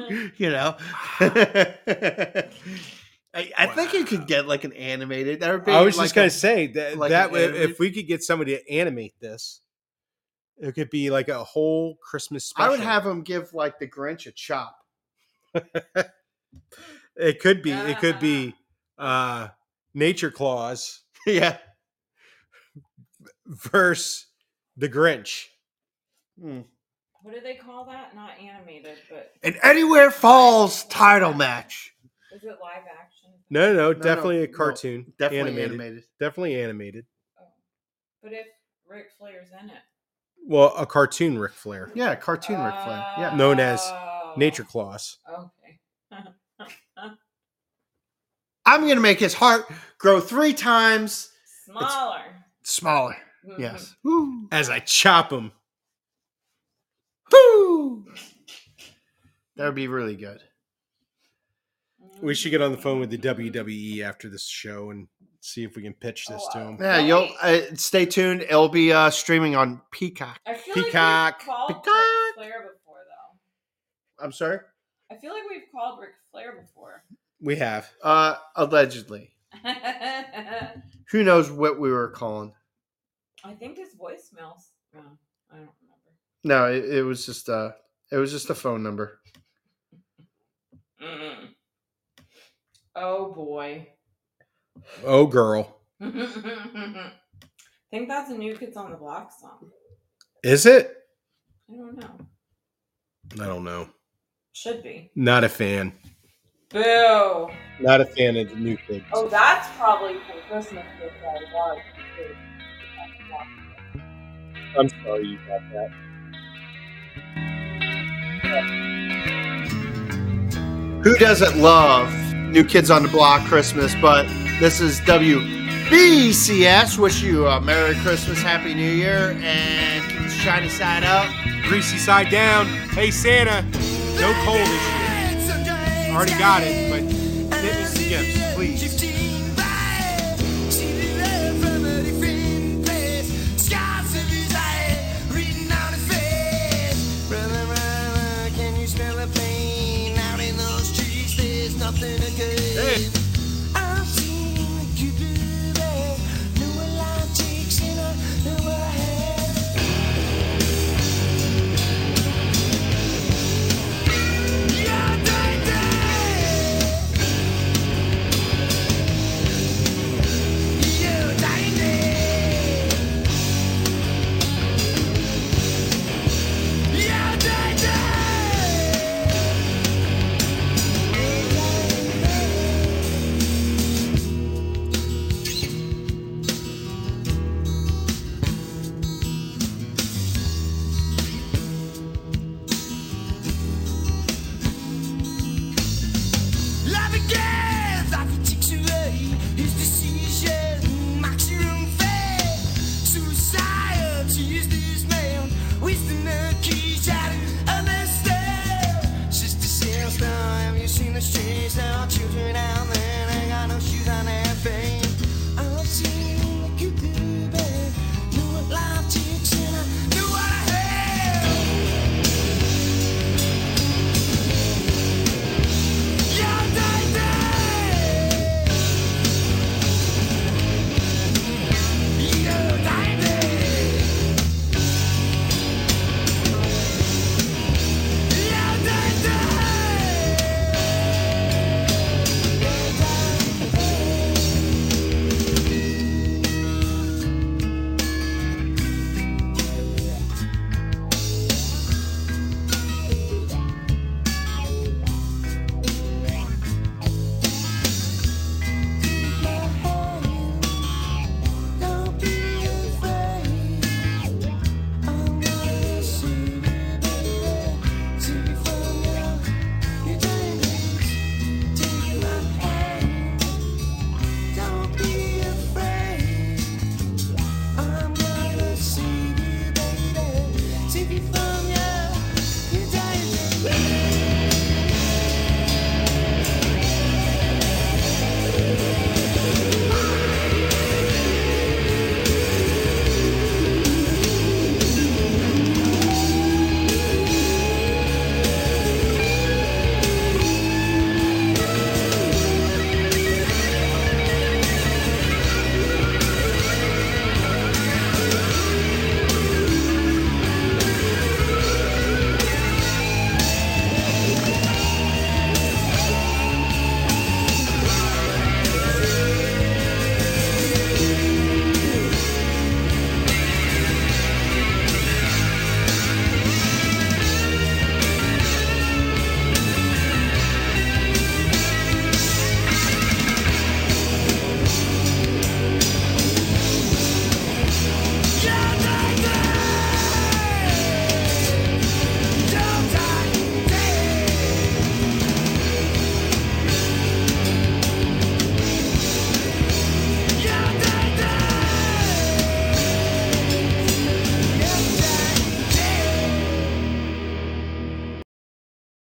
hoo, hoo! you know. I, I think you could get like an animated. That would be
I was
like
just gonna
a-
say that
like
that
an
way,
animated-
if we could get somebody to animate this, it could be like a whole Christmas special.
I would have him give like the Grinch a chop.
It could be. It could be uh Nature Claus
yeah.
versus the Grinch. Hmm.
What do they call that? Not animated, but
An anywhere falls title match.
is it live action?
No, no, no,
no,
definitely a
no,
cartoon.
Definitely
animated.
animated.
Definitely animated.
Oh. But if Ric Flair's in it,
Well, a cartoon Ric Flair,
Yeah, cartoon Ric Flair. Yeah.
Known as
Oh.
Nature Claus.
Okay.
I'm gonna make his heart grow three times
Smaller.
smaller. Yes. Woo.
As I chop him,
Woo. That would be really good.
Mm-hmm.
we should get on the phone with the E. WWE after this show and see if we can pitch this to him.
Yeah, you'll uh, stay tuned. It'll be uh, streaming on Peacock.
I feel
Peacock.
Like we've called
Peacock.
Ric Flair before, though.
I'm sorry.
I feel like we've called Ric Flair before.
We have.
Uh, allegedly,
I
who knows what we were calling?
think his voicemails. No, I don't
No, it, it was just uh it was just a phone number.
remember. Mm. Oh boy.
Oh, girl.
I think that's a new Kids on the Block song.
Is it?
I don't know.
I don't know.
Should be.
Not a fan.
Boo.
Not a fan of the new kids.
Oh, that's probably for Christmas gift that I love. too.
I'm sorry you got that.
Who doesn't love New Kids on the Block Christmas? But this is WBCS. Wish you a Merry Christmas, Happy New Year, and keep the shiny side up.
Greasy side down. Hey, Santa. No cold this year. Already got it, but get me some gifts.